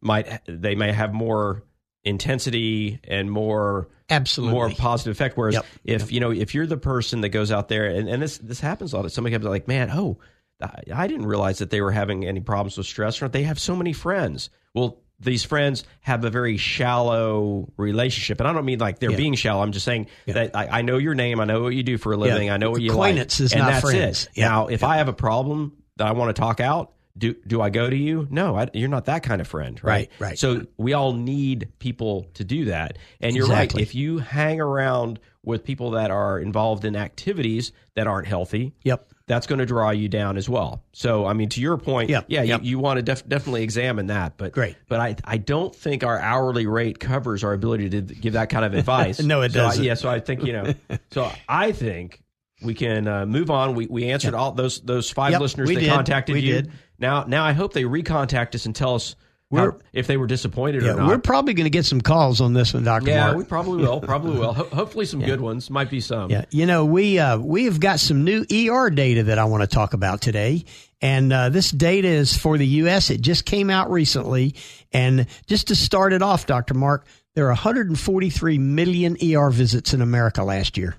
S2: might they may have more intensity and more
S3: Absolutely.
S2: more positive effect. Whereas
S3: Yep.
S2: if you know if you're the person that goes out there and, and this this happens a lot, somebody comes like, man, oh, I, I didn't realize that they were having any problems with stress. Or they have so many friends. Well, these friends have a very shallow relationship, and I don't mean like they're
S3: Yeah.
S2: being shallow. I'm just saying
S3: Yeah.
S2: that I, I know your name, I know what you do for a living, I know what you
S3: Acquaintance
S2: like,
S3: is
S2: and
S3: not
S2: that's
S3: friends.
S2: it.
S3: Yeah.
S2: Now, if I have a problem that I want to talk out. Do, do I go to you? No, I, you're not that kind of friend, right?
S3: Right, right.
S2: So we all need people to do that, and you're
S3: Exactly.
S2: right. If you hang around with people that are involved in activities that aren't healthy,
S3: Yep.
S2: that's going to draw you down as well. So, I mean, to your point,
S3: Yep,
S2: yeah,
S3: yep.
S2: You, you want to def- definitely examine that. But
S3: Great.
S2: but I I don't think our hourly rate covers our ability to give that kind of advice.
S3: (laughs) No, it
S2: So I-
S3: doesn't.
S2: yeah, so I think you
S3: (laughs)
S2: know. so I think we can uh, move on. We we answered all those those five
S3: Yep,
S2: listeners
S3: we
S2: that
S3: did.
S2: contacted
S3: We
S2: you.
S3: did.
S2: Now now I hope they recontact us and tell us. how-
S3: We're-
S2: if they were disappointed or
S3: Yeah,
S2: not,
S3: we're probably going to get some calls on this one, Dr.
S2: yeah,
S3: Mark.
S2: we probably will. Probably will. Ho- hopefully, some good ones. Might be some.
S3: Yeah, you know we uh, we have got some new ER data that I want to talk about today, and uh, this data is for the U.S. It just came out recently, and just to start it off, Doctor Mark, there are 143 million ER visits in America last year.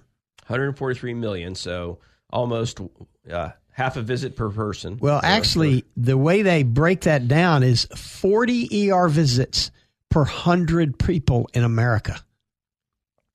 S2: 143 million. So almost uh, half a visit per person.
S3: Well,
S2: Or-
S3: actually, the way they break that down is 40 ER visits per hundred people in America.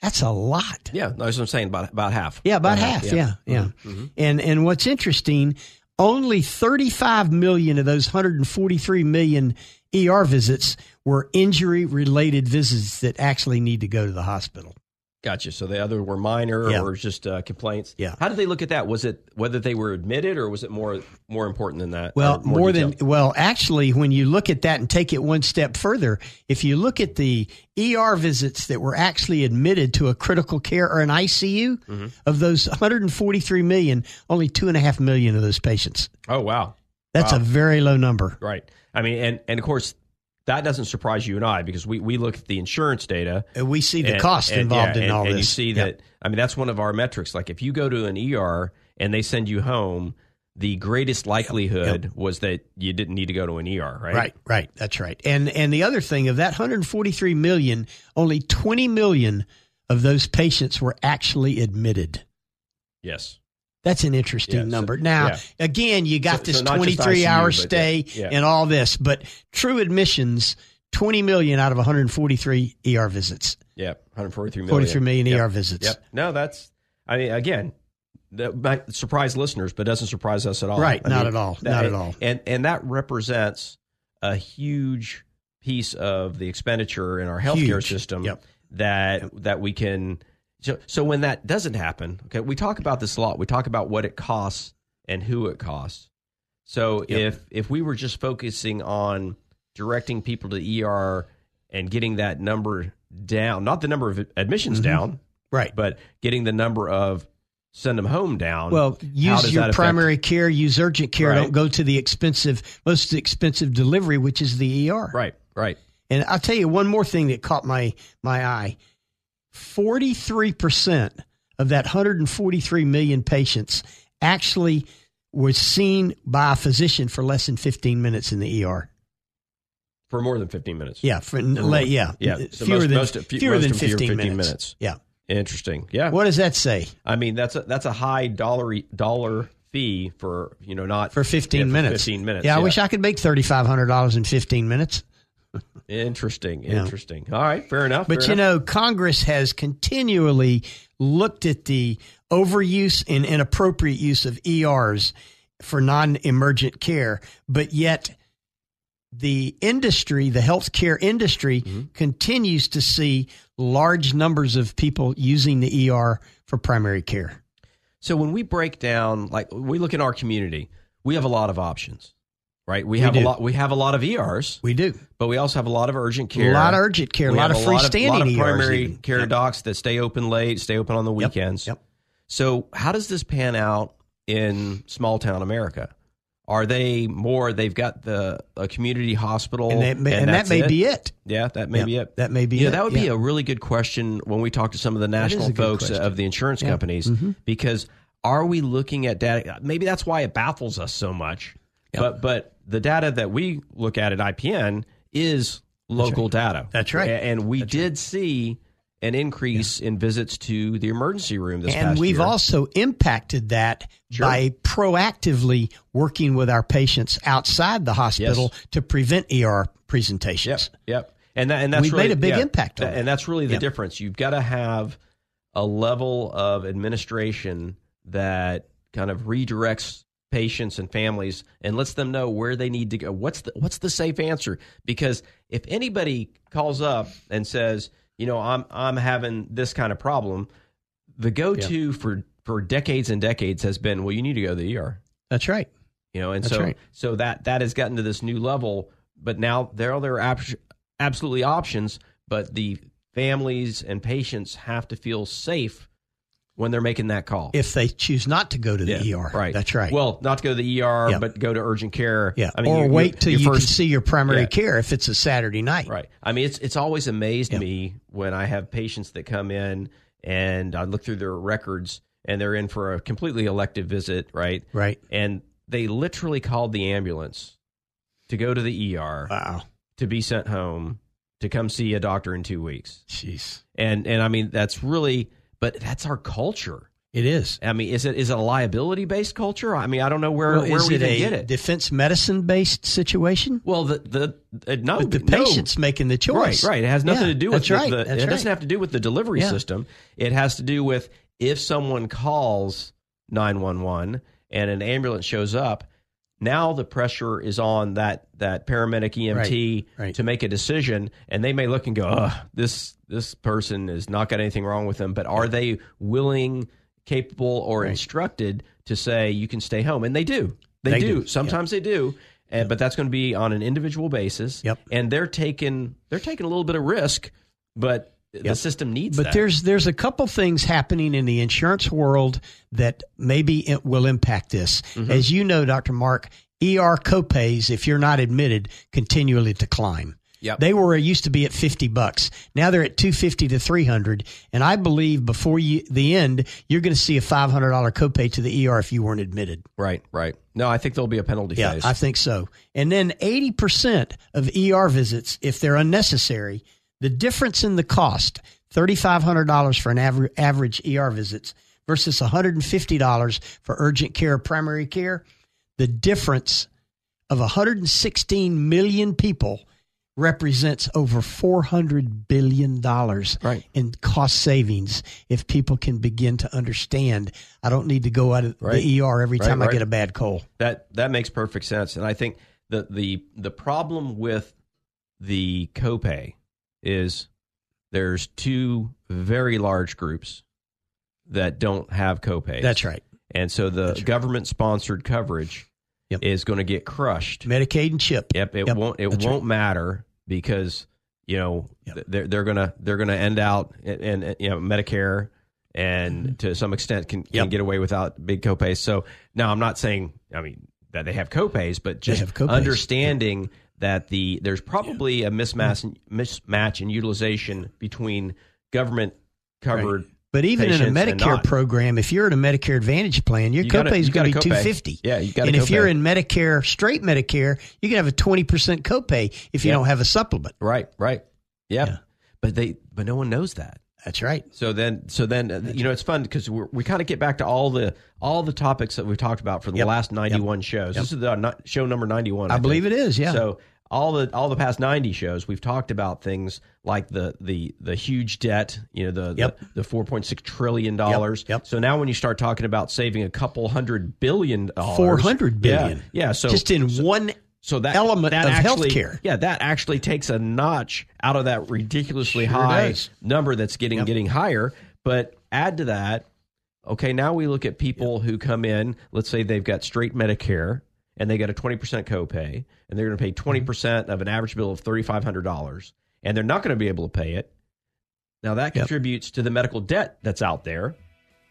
S3: That's a lot.
S2: yeah, Uh-huh. that's what I'm saying. About about half.
S3: Yeah, about half. Yeah, yeah. And and what's interesting, only 35 million of those 143 million E ER visits were injury related visits that actually need to go to the hospital.
S2: Gotcha. So the other were minor
S3: Yeah.
S2: or just uh, complaints.
S3: Yeah.
S2: How did they look at that? Was it whether they were admitted or was it more more important than that?
S3: Well,
S2: Or
S3: more, than
S2: detailed?
S3: well, actually, when you look at that and take it one step further, if you look at the ER visits that were actually admitted to a critical care or an ICU,
S2: Mm-hmm.
S3: of those 143 million, only two and a half million of those patients.
S2: Oh wow.
S3: That's
S2: Wow.
S3: a very low number.
S2: Right. I mean, and and of course that doesn't surprise you and I because we we look at the insurance data.
S3: And we see the
S2: and-
S3: cost
S2: and-
S3: involved
S2: yeah,
S3: in
S2: and-
S3: all
S2: and
S3: this.
S2: you see
S3: Yeah.
S2: that. I mean, that's one of our metrics. Like if you go to an ER and they send you home, the greatest likelihood was that you didn't need to go to an ER. Right.
S3: Right, right, that's right. And and the other thing of that 143 million, only 20 million of those patients were actually admitted.
S2: Yes.
S3: That's an interesting
S2: Yeah, so-
S3: number. Now,
S2: yeah.
S3: again, you got
S2: So-
S3: this
S2: so not just
S3: 23 hour
S2: ICU, but
S3: stay
S2: yeah, yeah.
S3: and all this, but true admissions 20 million out of 143 ER visits.
S2: Yeah, 143 million.
S3: 43 million
S2: Yep.
S3: ER visits.
S2: Yep. No, that's. I mean, again, that might surprise listeners, but doesn't surprise us at all.
S3: Right,
S2: I
S3: not
S2: mean,
S3: at all,
S2: that-
S3: not at all.
S2: And and that represents a huge piece of the expenditure in our healthcare
S3: Huge.
S2: system
S3: Yep.
S2: that that we can. So, so when that doesn't happen, okay, we talk about this a lot. We talk about what it costs and who it costs. So if if we were just focusing on directing people to ER and getting that number down, not the number of admissions
S3: Mm-hmm.
S2: down,
S3: Right.
S2: but getting the number of send them home down.
S3: Well,
S2: how
S3: use
S2: does
S3: your
S2: that affect-
S3: primary care, use urgent care.
S2: Right.
S3: Don't go to the expensive, most expensive delivery, which is the ER.
S2: Right, right.
S3: And I'll tell you one more thing that caught my my eye. 43% of that 143 million patients actually were seen by a physician for less than 15 minutes in the ER.
S2: For more than 15 minutes.
S3: Yeah, for, le- yeah,
S2: Yeah, so
S3: fewer
S2: most-
S3: than
S2: most- few-
S3: fewer
S2: most
S3: than
S2: of them
S3: 15,
S2: fewer 15
S3: minutes.
S2: minutes.
S3: Yeah.
S2: Interesting. Yeah.
S3: What does that say?
S2: I mean, that's a that's a high dollar dollar fee for, you know, not
S3: For 15
S2: yeah,
S3: minutes.
S2: 15 minutes.
S3: Yeah, I wish I could make $3500 in 15 minutes.
S2: Interesting. Interesting. All right, fair enough.
S3: But
S2: fair
S3: you
S2: enough.
S3: know, Congress has continually looked at the overuse and inappropriate use of ERs for non emergent care, but yet the industry, the healthcare industry,
S2: Mm-hmm.
S3: continues to see large numbers of people using the ER for primary care.
S2: So when we break down, like we look in our community, we have a lot of options, right? We, have
S3: do.
S2: a lot. We have a lot of ERs,
S3: We do.
S2: but we also have a lot of urgent care,
S3: lot of urgent care, a
S2: We
S3: lot
S2: have
S3: of
S2: a lot of
S3: freestanding ERs
S2: primary
S3: even.
S2: care docs that stay open late, stay open on the
S3: Yep,
S2: weekends.
S3: yep.
S2: So how does this pan out in small town America? Are they more? They've got the a community hospital,
S3: And that may, and that
S2: that's
S3: may be it.
S2: Yeah, that may
S3: Yeah,
S2: be it.
S3: that may be
S2: Yeah,
S3: it,
S2: that would be
S3: yeah.
S2: a really good question when we talk to some of the
S3: is a
S2: national
S3: good
S2: folks uh,
S3: question.
S2: of the insurance
S3: Yeah. Mm-hmm.
S2: companies because are we looking at data? Maybe that's why it baffles us so much. But but the data that we look at at IPN is local data.
S3: That's right.
S2: A- And we did see an increase in visits to the emergency room this
S3: and
S2: past
S3: we've
S2: year.
S3: also impacted that by proactively working with our patients outside the hospital to prevent ER
S2: Yep.
S3: presentations.
S2: Yep. And that, and that's
S3: We've made
S2: really-
S3: a big
S2: yeah,
S3: impact on
S2: that-
S3: it.
S2: and that's really the
S3: Yep.
S2: difference. You've got to have a level of administration that kind of redirects patients and families and lets them know where they need to go. What's the what's the safe answer? Because if anybody calls up and says, you know, I'm I'm having this kind of problem, the go-to for for decades and decades has been, well, you need to go to the ER
S3: That's right.
S2: you know and
S3: That's
S2: so
S3: right.
S2: so that that has gotten to this new level but now there are there are ab- absolutely options but the families and patients have to feel safe when they're making that call
S3: If they choose not to go to the
S2: Yeah,
S3: ER.
S2: right
S3: That's right.
S2: well not to go to the er
S3: Yeah.
S2: but go to urgent care
S3: yeah.
S2: I mean,
S3: or
S2: you- you-
S3: wait till
S2: your
S3: you
S2: first-
S3: can see your primary
S2: Yeah.
S3: care if it's a Saturday night.
S2: Right. I mean, it's it's always amazed me when I have patients that come in and I look through their records and they're in for a completely elective visit, right?
S3: Right.
S2: And they literally called the ambulance to go to the ER
S3: Wow.
S2: to be sent home to come see a doctor in 2 weeks.
S3: Jeez.
S2: And and I mean, that's really but that's our culture.
S3: It is.
S2: I mean, is it is it a liability based culture? I mean, I don't know where
S3: Well,
S2: where
S3: is
S2: we
S3: it
S2: can
S3: a
S2: get it.
S3: defense medicine based situation?
S2: well, the the uh, no,
S3: But the
S2: no.
S3: patient's making the choice.
S2: Right, right. It has nothing to
S3: Yeah,
S2: do with
S3: that's
S2: the-
S3: right.
S2: the,
S3: that's
S2: it
S3: right.
S2: doesn't have to do with the delivery
S3: Yeah.
S2: system. It has to do with if someone calls 911 and an ambulance shows up, Now the pressure is on that that paramedic EMT
S3: Right, right.
S2: to make a decision, and they may look and go, Ugh, "This this person has not got anything wrong with them." But are they willing, capable, or instructed to say you can stay home? And they do. They,
S3: They
S2: do.
S3: do, yeah.
S2: Sometimes they do. And, but that's going to be on an individual basis.
S3: Yep.
S2: And they're taking they're taking a little bit of risk, but the system needs
S3: But
S2: that.
S3: there's there's a couple things happening in the insurance world that maybe it will impact this.
S2: Mm-hmm.
S3: As you know, Dr. Mark, ER copays, if you're not admitted, continually to climb.
S2: Yep.
S3: They were used to be at 50 bucks. Now they're at 250 to 300, and I believe before you, the end, you're going to see a $500 copay to the ER if you weren't admitted.
S2: Right, right. No, I think there'll be a penalty
S3: Yeah,
S2: phase.
S3: I think so. And then 80% of ER visits, if they're unnecessary, the difference in the cost $3,500 for an aver- average ER visits versus $150 for urgent care or primary care, the difference of 116 million people represents over $400 billion
S2: Right.
S3: in cost savings if people can begin to understand I don't need to go out of
S2: Right.
S3: the ER every
S2: Right,
S3: time
S2: right.
S3: I get a bad cold.
S2: that that makes perfect sense. And I think the the the problem with the copay is there's two very large groups that don't have copays.
S3: That's right.
S2: And so the government sponsored coverage
S3: Yep.
S2: is going to get crushed.
S3: Medicaid and CHIP.
S2: Yep, it won't it
S3: That's
S2: won't matter because you know th- they're they're gonna they're gonna end out in, in you know Medicare and to some extent can, can
S3: Yep.
S2: get away without big copays. So now I'm not saying I mean that they have copays, but just
S3: have copays.
S2: understanding that the there's probably a mismatch in- mismatch in utilization between government covered.
S3: But even in a
S2: patients and
S3: Medicare
S2: not.
S3: program, if you're in a Medicare Advantage plan, your
S2: You gotta-
S3: copay is
S2: you
S3: going to be
S2: gotta
S3: two
S2: copay.
S3: fifty.
S2: Yeah, you gotta
S3: And if
S2: copay.
S3: you're in Medicare, straight Medicare, you can have a twenty percent copay if you
S2: Yeah.
S3: don't have a supplement.
S2: right, right, yeah.
S3: Yeah.
S2: But they but no one knows that.
S3: That's right.
S2: So then, so then, uh, you know, it's fun because we kind of get back to all the all the topics that we've talked about for the
S3: Yep.
S2: last ninety one shows. This is the ni- show number ninety one.
S3: I believe it is, yeah.
S2: So all the all the past ninety shows, we've talked about things like the the the huge debt, you know, the
S3: Yep.
S2: the, the four point six trillion dollars.
S3: Yep.
S2: So now, when you start talking about saving a couple hundred billion dollars,
S3: Four hundred billion.
S2: yeah, yeah. So
S3: just in one
S2: so that
S3: element
S2: that
S3: of
S2: actually,
S3: healthcare.
S2: Yeah, that actually takes a notch out of that ridiculously
S3: Sure
S2: high
S3: does.
S2: number that's getting getting higher. But add to that, okay, now we look at people who come in. Let's say they've got straight Medicare and they got a twenty percent copay, and they're going to
S3: Mm-hmm.
S2: pay twenty percent of an average bill of thirty five hundred dollars, and they're not going to be able to pay it. Now that contributes to the medical debt that's out there,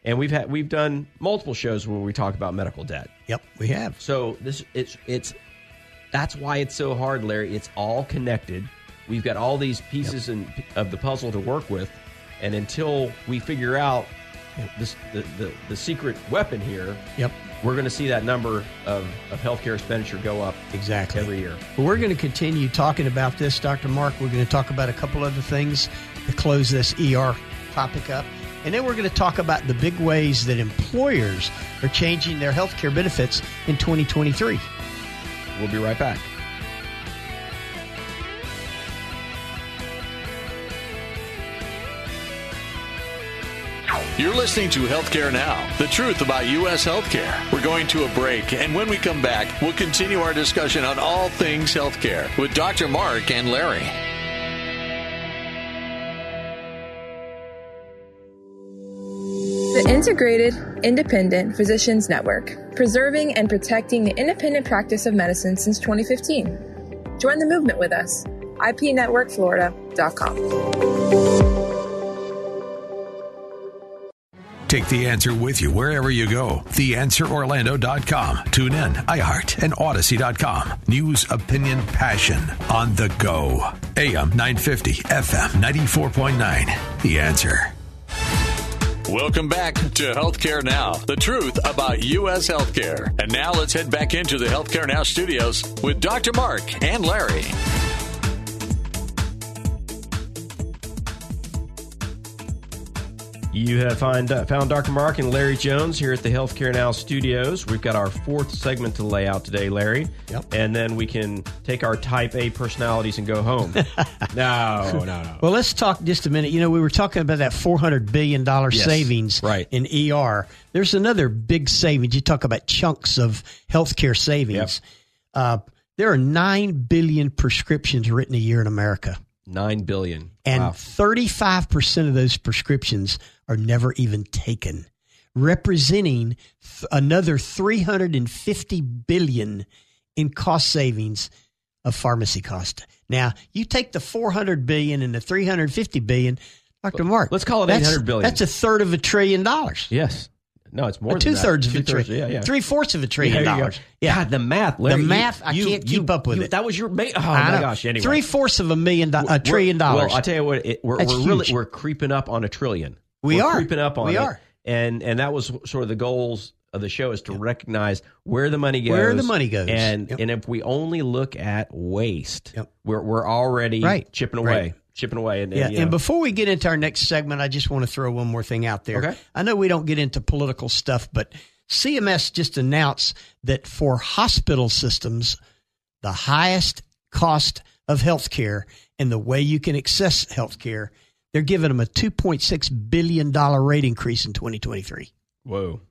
S2: and we've had we've done multiple shows where we talk about medical debt.
S3: Yep, we have.
S2: So this it's it's that's why it's so hard, Larry. It's all connected. We've got all these pieces and of the puzzle to work with, and until we figure out this the, the, the secret weapon here,
S3: Yep.
S2: we're going to see that number of of healthcare expenditure go up
S3: Exactly.
S2: every year.
S3: But we're going to continue talking about this, Dr. Mark. We're going to talk about a couple other things to close this ER topic up. And then we're going to talk about the big ways that employers are changing their health care benefits in 2023.
S2: We'll be right back.
S4: You're listening to Healthcare Now, the truth about U.S. healthcare. We're going to a break, and when we come back, we'll continue our discussion on all things healthcare with Dr. Mark and Larry.
S5: The Integrated Independent Physicians Network, preserving and protecting the independent practice of medicine since 2015. Join the movement with us. IPNetworkFlorida.com.
S1: Take the answer with you wherever you go. TheAnswerOrlando.com. Tune in, iHeart, and Odyssey.com. News, opinion, passion on the go. AM 950, FM 94.9. The answer.
S4: Welcome back to Healthcare Now, the truth about U.S. healthcare. And now let's head back into the Healthcare Now studios with Dr. Mark and Larry.
S2: You have find, uh, found Dr. Mark and Larry Jones here at the Healthcare Now studios. We've got our fourth segment to lay out today, Larry.
S3: Yep.
S2: And then we can take our type A personalities and go home. no, no, no.
S3: Well, let's talk just a minute. You know, we were talking about that four hundred billion dollar
S2: Yes,
S3: savings
S2: right.
S3: in ER. There's another big savings. You talk about chunks of healthcare savings. Uh, there are nine billion prescriptions written a year in America,
S2: (laughs) Nine billion.
S3: and thirty five percent of those prescriptions are never even taken, representing th- another three hundred and fifty billion in cost savings of pharmacy cost. Now, you take the 400 billion and the 350 billion, Dr. Mark.
S2: let's call it
S3: that's-
S2: 800 billion.
S3: That's a third of a trillion dollars.
S2: Yes. No, it's more
S3: Or
S2: than
S3: two thirds of
S2: that.
S3: a
S2: Two-thirds,
S3: trillion.
S2: Yeah, yeah.
S3: Three fourths of a trillion
S2: There you go.
S3: dollars. Yeah.
S2: God, the math, Larry. you-
S3: math, I
S2: you-
S3: can't
S2: you-
S3: keep up with
S2: you-
S3: it.
S2: That was your ma- Oh,
S3: I
S2: my
S3: know.
S2: gosh. Anyway.
S3: Three fourths of a million, do-
S2: We're-
S3: a trillion dollars.
S2: Well, I tell you what, it, we're,
S3: That's
S2: we're really
S3: huge.
S2: we're creeping up on a trillion.
S3: We
S2: We're
S3: are.
S2: creeping up on
S3: We
S2: it.
S3: are.
S2: and and that was sort of the goals of the show is to recognize where the money goes,
S3: Where the money goes.
S2: and
S3: Yep.
S2: and if we only look at waste,
S3: Yep.
S2: we're we're already
S3: Right.
S2: chipping away,
S3: Right.
S2: chipping away, and, and,
S3: yeah,
S2: you
S3: and
S2: know,
S3: before we get into our next segment, I just want to throw one more thing out there.
S2: Okay.
S3: I know we don't get into political stuff, but CMS just announced that for hospital systems, the highest cost of health care and the way you can access health care, they're giving them a $2.6 billion rate increase in 2023.
S2: whoa,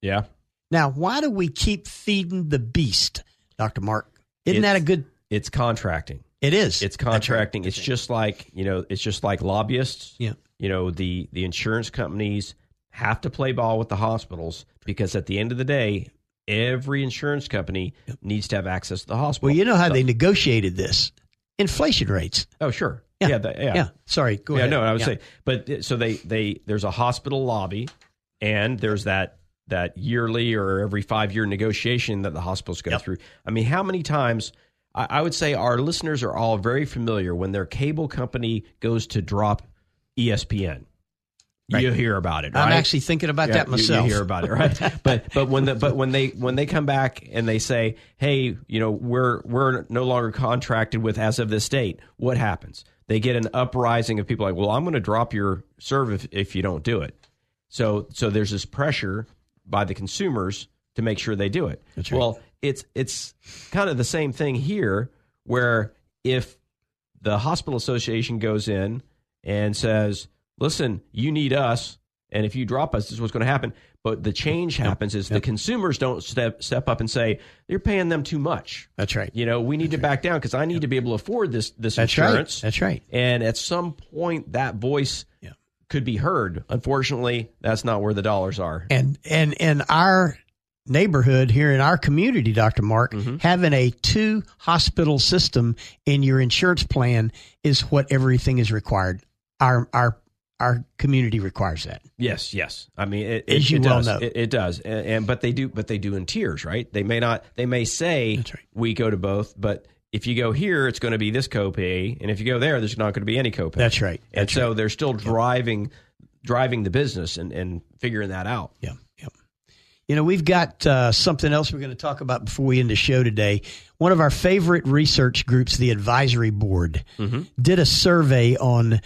S2: yeah,
S3: Now, why do we keep feeding the beast, Dr. Mark? Isn't that a
S2: It's-
S3: good?
S2: it's contracting.
S3: It is.
S2: It's
S3: That's right.
S2: contracting. It's just like you know. It's just like lobbyists.
S3: Yeah.
S2: You know the the insurance companies have to play ball with the hospitals because at the end of the day, every insurance company needs to have access to the hospital.
S3: Well, you know how
S2: So-
S3: they negotiated this inflation rates.
S2: Oh, sure.
S3: Yeah.
S2: Yeah. the- yeah.
S3: Yeah. Sorry. Go
S2: yeah,
S3: ahead.
S2: no, I would
S3: Yeah.
S2: say, but uh, so they they there's a hospital lobby, and there's that that yearly or every five year negotiation that the hospitals go
S3: Yep.
S2: through. I mean, how many times? I, I would say our listeners are all very familiar when their cable company goes to drop E ESPN. You hear about it.
S3: I'm
S2: right?
S3: actually thinking about
S2: Yeah,
S3: that
S2: you- you
S3: myself.
S2: hear about it,
S3: (laughs)
S2: right? but but when the but when they when they come back and they say, hey, you know, we're we're no longer contracted with as of this date. What happens? They get an uprising of people like, well, I'm going to drop your serve if, if you don't do it. So so there's this pressure by the consumers to make sure they do it.
S3: right.
S2: Well, it's it's kind of the same thing here, where if the hospital association goes in and says, "Listen, you need us, and if you drop us, this is what's going to happen." But the change happens is the consumers don't step step up and say you're paying them too much.
S3: That's right.
S2: You know, we need to back down because I need to be able to afford this this
S3: That's right.
S2: insurance.
S3: That's right.
S2: And at some point, that voice
S3: Yeah.
S2: could be heard. Unfortunately, that's not where the dollars are.
S3: And and in our neighborhood here in our community, Doctor Mark,
S2: Mm-hmm.
S3: having a two hospital system in your insurance plan is what everything is required. Our our our community requires that.
S2: Yes, yes. I mean, it,
S3: As
S2: it,
S3: you
S2: it
S3: well
S2: does.
S3: know.
S2: It, it does. And, and but they do, but they do in tiers, right? They may not. They may say
S3: That's right.
S2: we go to both, but if you go here, it's going to be this copay, and if you go there, there's not going to be any copay.
S3: That's right.
S2: and so they're still driving, driving the business and and figuring that out.
S3: Yeah. Yeah. You know, we've got uh, something else we're going to talk about before we end the show today. One of our favorite research groups, the Advisory Board,
S2: Mm-hmm.
S3: did a survey on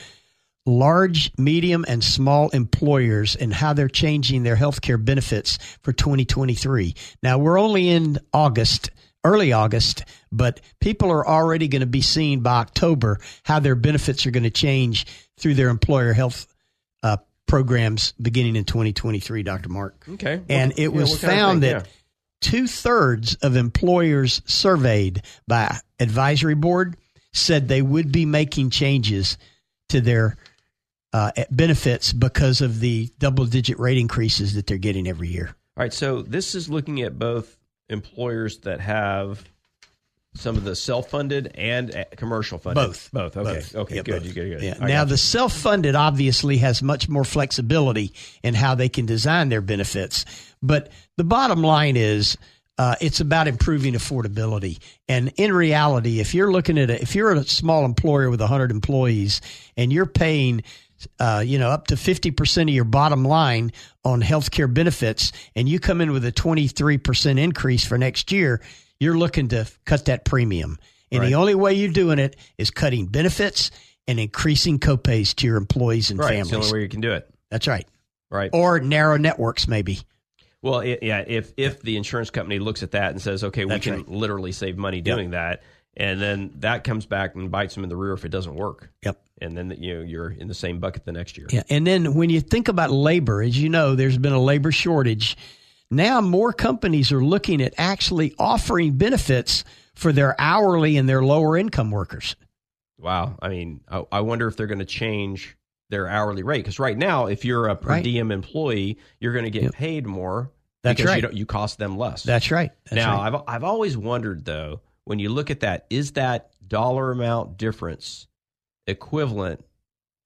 S3: large, medium, and small employers and how they're changing their health care benefits for 2023. Now, we're only in August, early August, but people are already going to be seeing by October how their benefits are going to change through their employer health uh, programs beginning in 2023, Dr. Mark.
S2: Okay.
S3: And
S2: What-
S3: it
S2: yeah,
S3: was
S2: what kind of
S3: found
S2: thing?
S3: that two thirds of employers surveyed by advisory board said they would be making changes to their uh, benefits because of the double digit rate increases that they're getting every year.
S2: All right, so this is looking at both employers that have some of the self-funded and uh, commercial funded.
S3: Both.
S2: both. Okay,
S3: Both.
S2: okay,
S3: Yeah,
S2: good.
S3: both.
S2: You good? good.
S3: Yeah.
S2: I
S3: Now,
S2: got
S3: the self funded obviously has much more flexibility in how they can design their benefits. But the bottom line is uh, it's about improving affordability. And in reality, if you're looking at it, if you're a small employer with 100 employees and you're paying uh, you know, up to 50% of your bottom line on healthcare benefits, and you come in with a 23% increase for next year, you're looking to cut that premium. And the only way you're doing it is cutting benefits and increasing copays to your employees and
S2: Right, it's the
S3: families.
S2: only way you can do it.
S3: That's right.
S2: right?
S3: Or narrow networks, maybe.
S2: Well, i yeah, if if the insurance company looks at that and says, okay, we
S3: That's
S2: can
S3: right.
S2: literally save money doing that, and then that comes back and bites them in the rear if it doesn't work,
S3: Yep.
S2: and then you know, you're in the same bucket the next year.
S3: Yeah. And then when you think about labor, as you know, there's been a labor shortage. Now more companies are looking at actually offering benefits for their hourly and their lower income workers.
S2: Wow. I mean, I, I wonder if they're going to change their hourly rate because right now, if you're a per
S3: Right.
S2: diem employee, you're going to get paid more.
S3: That's
S2: because You,
S3: right.
S2: don't, you cost them less.
S3: That's right. That's
S2: now,
S3: right.
S2: I've I've always wondered though, when you look at that, is that dollar amount difference equivalent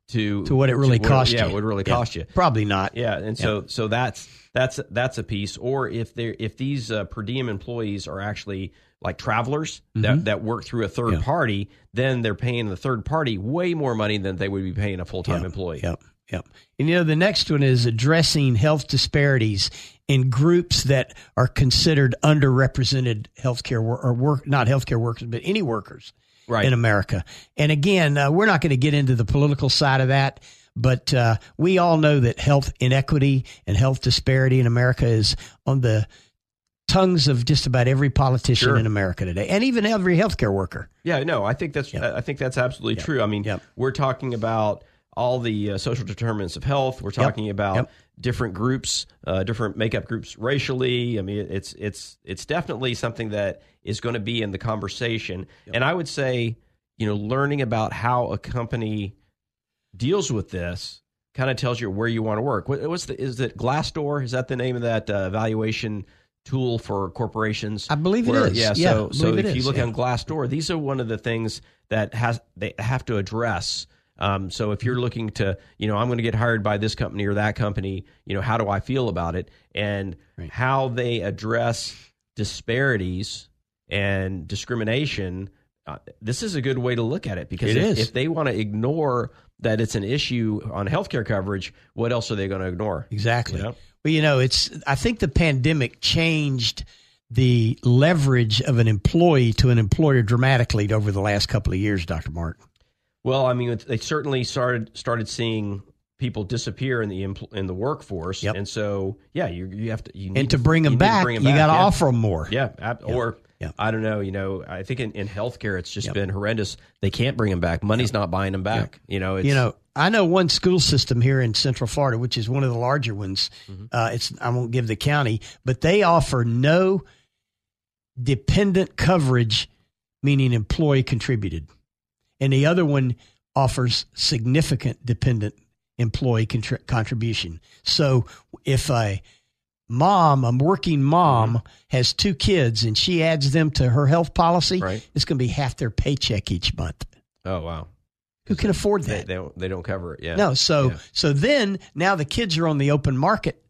S2: to
S3: to what it really
S2: to
S3: cost
S2: Yeah,
S3: you.
S2: what it really
S3: Yeah.
S2: cost you.
S3: Probably not.
S2: Yeah, and so so that's that's that's a piece. Or if they are if these uh, per diem employees are actually like travelers
S3: Mm-hmm.
S2: that, that work through a third party, then they're paying the third party way more money than they would be paying a full time employee.
S3: Yep. Yep. And you know, the next one is addressing health disparities in groups that are considered underrepresented healthcare wor- or work, not healthcare workers, but any workers
S2: Right.
S3: in America. And again, uh, we're not going to get into the political side of that, but uh, we all know that health inequity and health disparity in America is on the tongues of just about every politician in America today and even every healthcare worker.
S2: Yeah, no, I think that's I think that's absolutely true. I mean,
S3: Yep.
S2: we're talking about all the uh, social determinants of health. We're talking about
S3: Yep.
S2: different groups, uh, different makeup groups racially. I mean, it's it's it's definitely something that is going to be in the conversation. And I would say, you know, learning about how a company deals with this kind of tells you where you want to work. What, what's the is it Glassdoor? Is that the name of that uh, evaluation tool for corporations?
S3: I believe it
S2: Where-
S3: is.
S2: Yeah.
S3: Yeah,
S2: So
S3: I
S2: so
S3: believe
S2: if
S3: it
S2: you
S3: is,
S2: look
S3: yeah.
S2: on Glassdoor, these are one of the things that has they have to address. Um, so if you're looking to, you know, I'm going to get hired by this company or that company, you know, how do I feel about it? And how they address disparities and discrimination. Uh, this is a good way to look at it because
S3: It
S2: if,
S3: is.
S2: if they want to ignore that it's an issue on healthcare coverage, what else are they going to ignore?
S3: Exactly.
S2: Yeah.
S3: Well, you know, it's I think the pandemic changed the leverage of an employee to an employer dramatically over the last couple of years, Dr. Martin.
S2: Well, I mean, it- they certainly started started seeing people disappear in the empl- in the workforce,
S3: Yep.
S2: and so yeah, you you have to you need
S3: And to bring them
S2: need
S3: back, you got to
S2: yeah.
S3: offer them more.
S2: Yeah, ab- or
S3: Yeah.
S2: I don't know. You know, I think in, in healthcare, it's just
S3: Yep.
S2: been horrendous. They can't bring them back. Money's not buying them back. You know, it's,
S3: you know, I know one school system here in Central Florida, which is one of the larger ones.
S2: Mm-hmm.
S3: Uh, it's I won't give the county, but they offer no dependent coverage, meaning employee contributed, and the other one offers significant dependent employee contri- contribution. So if a mom, a working
S2: Mm-hmm.
S3: mom, has two kids and she adds them to her health policy,
S2: Right.
S3: it's going to be half their paycheck each month.
S2: oh wow,
S3: Who can afford
S2: they,
S3: that?
S2: they don't they don't cover it. Yeah,
S3: No, so
S2: Yeah.
S3: so then now the kids are on the open market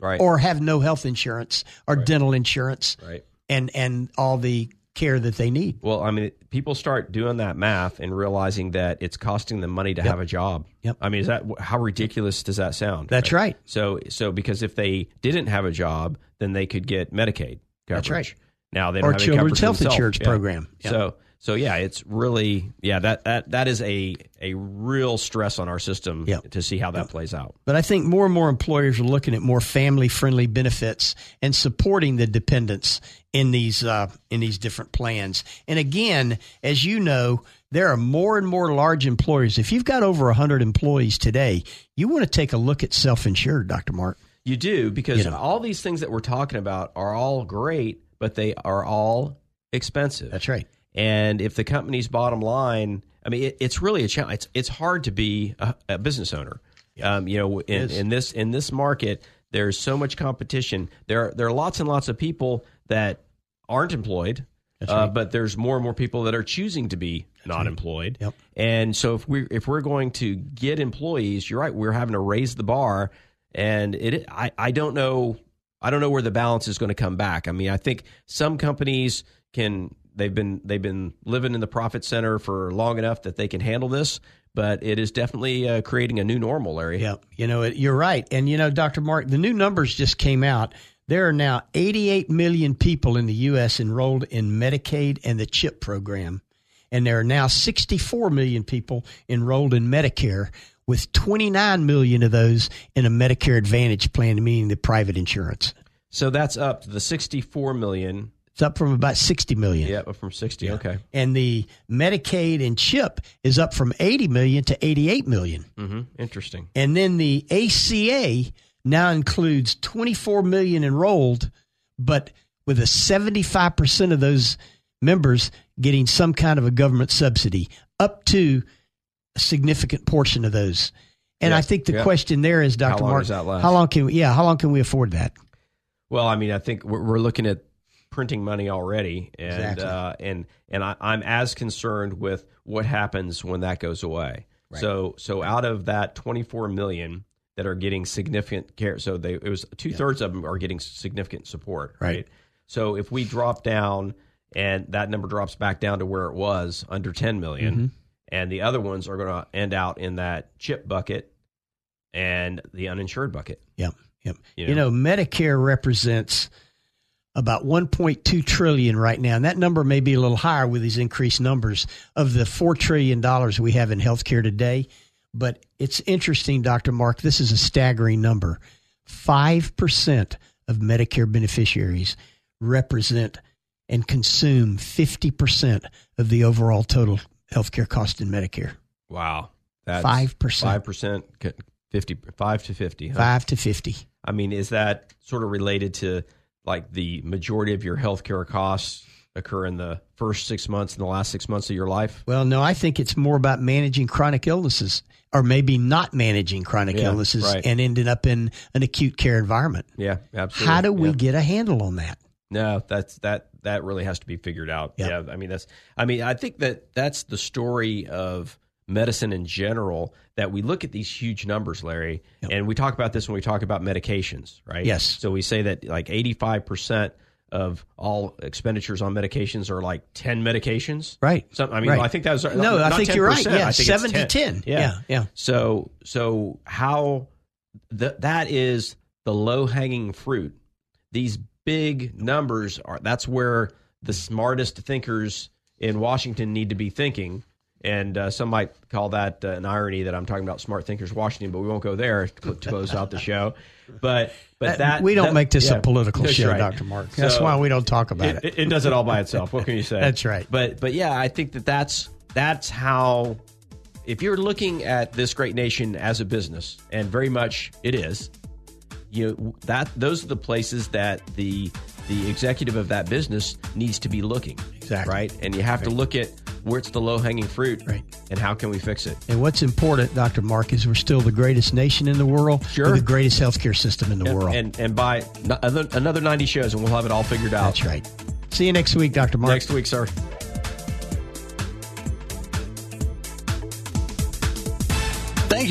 S2: right,
S3: or have no health insurance or dental insurance
S2: right.
S3: and and all the care that they need.
S2: Well, I mean, people start doing that math and realizing that it's costing them money to have a job.
S3: Yep.
S2: I mean, is that how ridiculous does that sound?
S3: That's right.
S2: So, so because if they didn't have a job, then they could get Medicaid coverage.
S3: That's right.
S2: Now they don't
S3: Or
S2: have any coverage
S3: children's health
S2: themselves.
S3: insurance
S2: Yeah.
S3: program. Yeah.
S2: So, so yeah, it's really yeah that that that is a a real stress on our system
S3: Yeah.
S2: to see how that plays out.
S3: But I think more and more employers are looking at more family friendly benefits and supporting the dependents in these uh, in these different plans. And again, as you know, there are more and more large employers. If you've got over hundred employees today, you want to take a look at self insured, Doctor Mark.
S2: You do because
S3: You know.
S2: all these things that we're talking about are all great, but they are all expensive.
S3: That's right.
S2: And if the company's bottom line, I mean, it, it's really a challenge. It's it's hard to be a, a business owner. Um, you know, in, in this in this market, there's so much competition. There are, there are lots and lots of people that aren't employed, uh, but there's more and more people that are choosing to be not employed.
S3: Yep.
S2: And so if we if we're going to get employees, you're right, we're having to raise the bar. And it I, I don't know I don't know where the balance is going to come back. I mean, I think some companies can they've been they've been living in the profit center for long enough that they can handle this, but it is definitely uh, creating a new normal, Larry.
S3: Yeah, you know, it, you're right. And, you know, Dr. Mark, the new numbers just came out. There are now 88 million people in the U.S. enrolled in Medicaid and the CHIP program. And there are now 64 million people enrolled in Medicare, with 29 million of those in a Medicare Advantage plan, meaning the private insurance.
S2: So that's up to the 64 million.
S3: It's up from about 60 million.
S2: Yeah, up from 60. Okay.
S3: And the Medicaid and CHIP is up from 80 million to 88 million.
S2: hmm Interesting.
S3: And then the ACA now includes 24 million enrolled, but with a 75% of those members getting some kind of a government subsidy, up to a significant portion of those. And
S2: Yeah,
S3: I think the
S2: yeah.
S3: question there is, Dr.
S2: How long
S3: Mark,
S2: does that last?
S3: how long can we, yeah, how long can we afford that?
S2: Well, I mean, I think we're, we're looking at printing money already, and
S3: Exactly.
S2: uh, and and I, I'm as concerned with what happens when that goes away. So so out of that 24 million that are getting significant care, so they it was two thirds of them are getting significant support,
S3: Right.
S2: So if we drop down and that number drops back down to where it was under 10 million,
S3: Mm-hmm.
S2: and the other ones are going to end out in that chip bucket and the uninsured bucket.
S3: Yep. Yep.
S2: You
S3: You know, Medicare represents about 1.2 trillion right now, and that number may be a little higher with these increased numbers of the 4 trillion dollars we have in healthcare today. But it's interesting, Dr. Mark, this is a staggering number. 5% of Medicare beneficiaries represent and consume 50% of the overall total healthcare cost in Medicare.
S2: Wow. That's
S3: 5%.
S2: Five percent, fifty five to fifty. Huh?
S3: 5 to 50.
S2: I mean, is that sort of related to like the majority of your healthcare costs occur in the first six months and the last six months of your life?
S3: Well, no, I think it's more about managing chronic illnesses or maybe not managing chronic
S2: Yeah,
S3: illnesses
S2: right.
S3: and ending up in an acute care environment.
S2: Yeah, absolutely.
S3: How do we
S2: Yeah.
S3: get a handle on that?
S2: No, that's that that really has to be figured out.
S3: Yeah.
S2: Yeah, I mean that's I mean I think that that's the story of medicine in general that we look at these huge numbers, Larry, and we talk about this when we talk about medications, right?
S3: Yes.
S2: So we say that like 85% of all expenditures on medications are like 10 medications.
S3: Right.
S2: Some, I mean,
S3: Right.
S2: I think that was
S3: No, I
S2: not
S3: think you're right.
S2: 10%,
S3: Yeah,
S2: I think it's
S3: 7 to 10. Yeah, yeah.
S2: So so how th- that is the low hanging fruit. These big numbers are that's where the smartest thinkers in Washington need to be thinking. And uh, some might call that uh, an irony that I'm talking about smart thinkers Washington, but we won't go there to cl- to close out the show. But but that
S3: Uh, we don't
S2: that-
S3: make this
S2: yeah.
S3: a political
S2: That's
S3: show,
S2: right.
S3: Dr. Mark. That's
S2: So-
S3: why we don't talk about it.
S2: it, it does it all by itself. What can you say?
S3: (laughs) That's right.
S2: But but yeah, I think that that's that's how. If you're looking at this great nation as a business, and very much it is, you know, that those are the places that the the executive of that business needs to be looking.
S3: Exactly.
S2: Right, and you have to look at where it's the low hanging fruit,
S3: Right.
S2: and how can we fix it.
S3: And what's important, Dr. Mark, is we're still the greatest nation in the world,
S2: Sure.
S3: with the greatest healthcare system in the world.
S2: And and by no- another another 90 shows, and we'll have it all figured out.
S3: That's right. See you next week, Dr. Mark.
S2: Next week, sir.
S4: Thank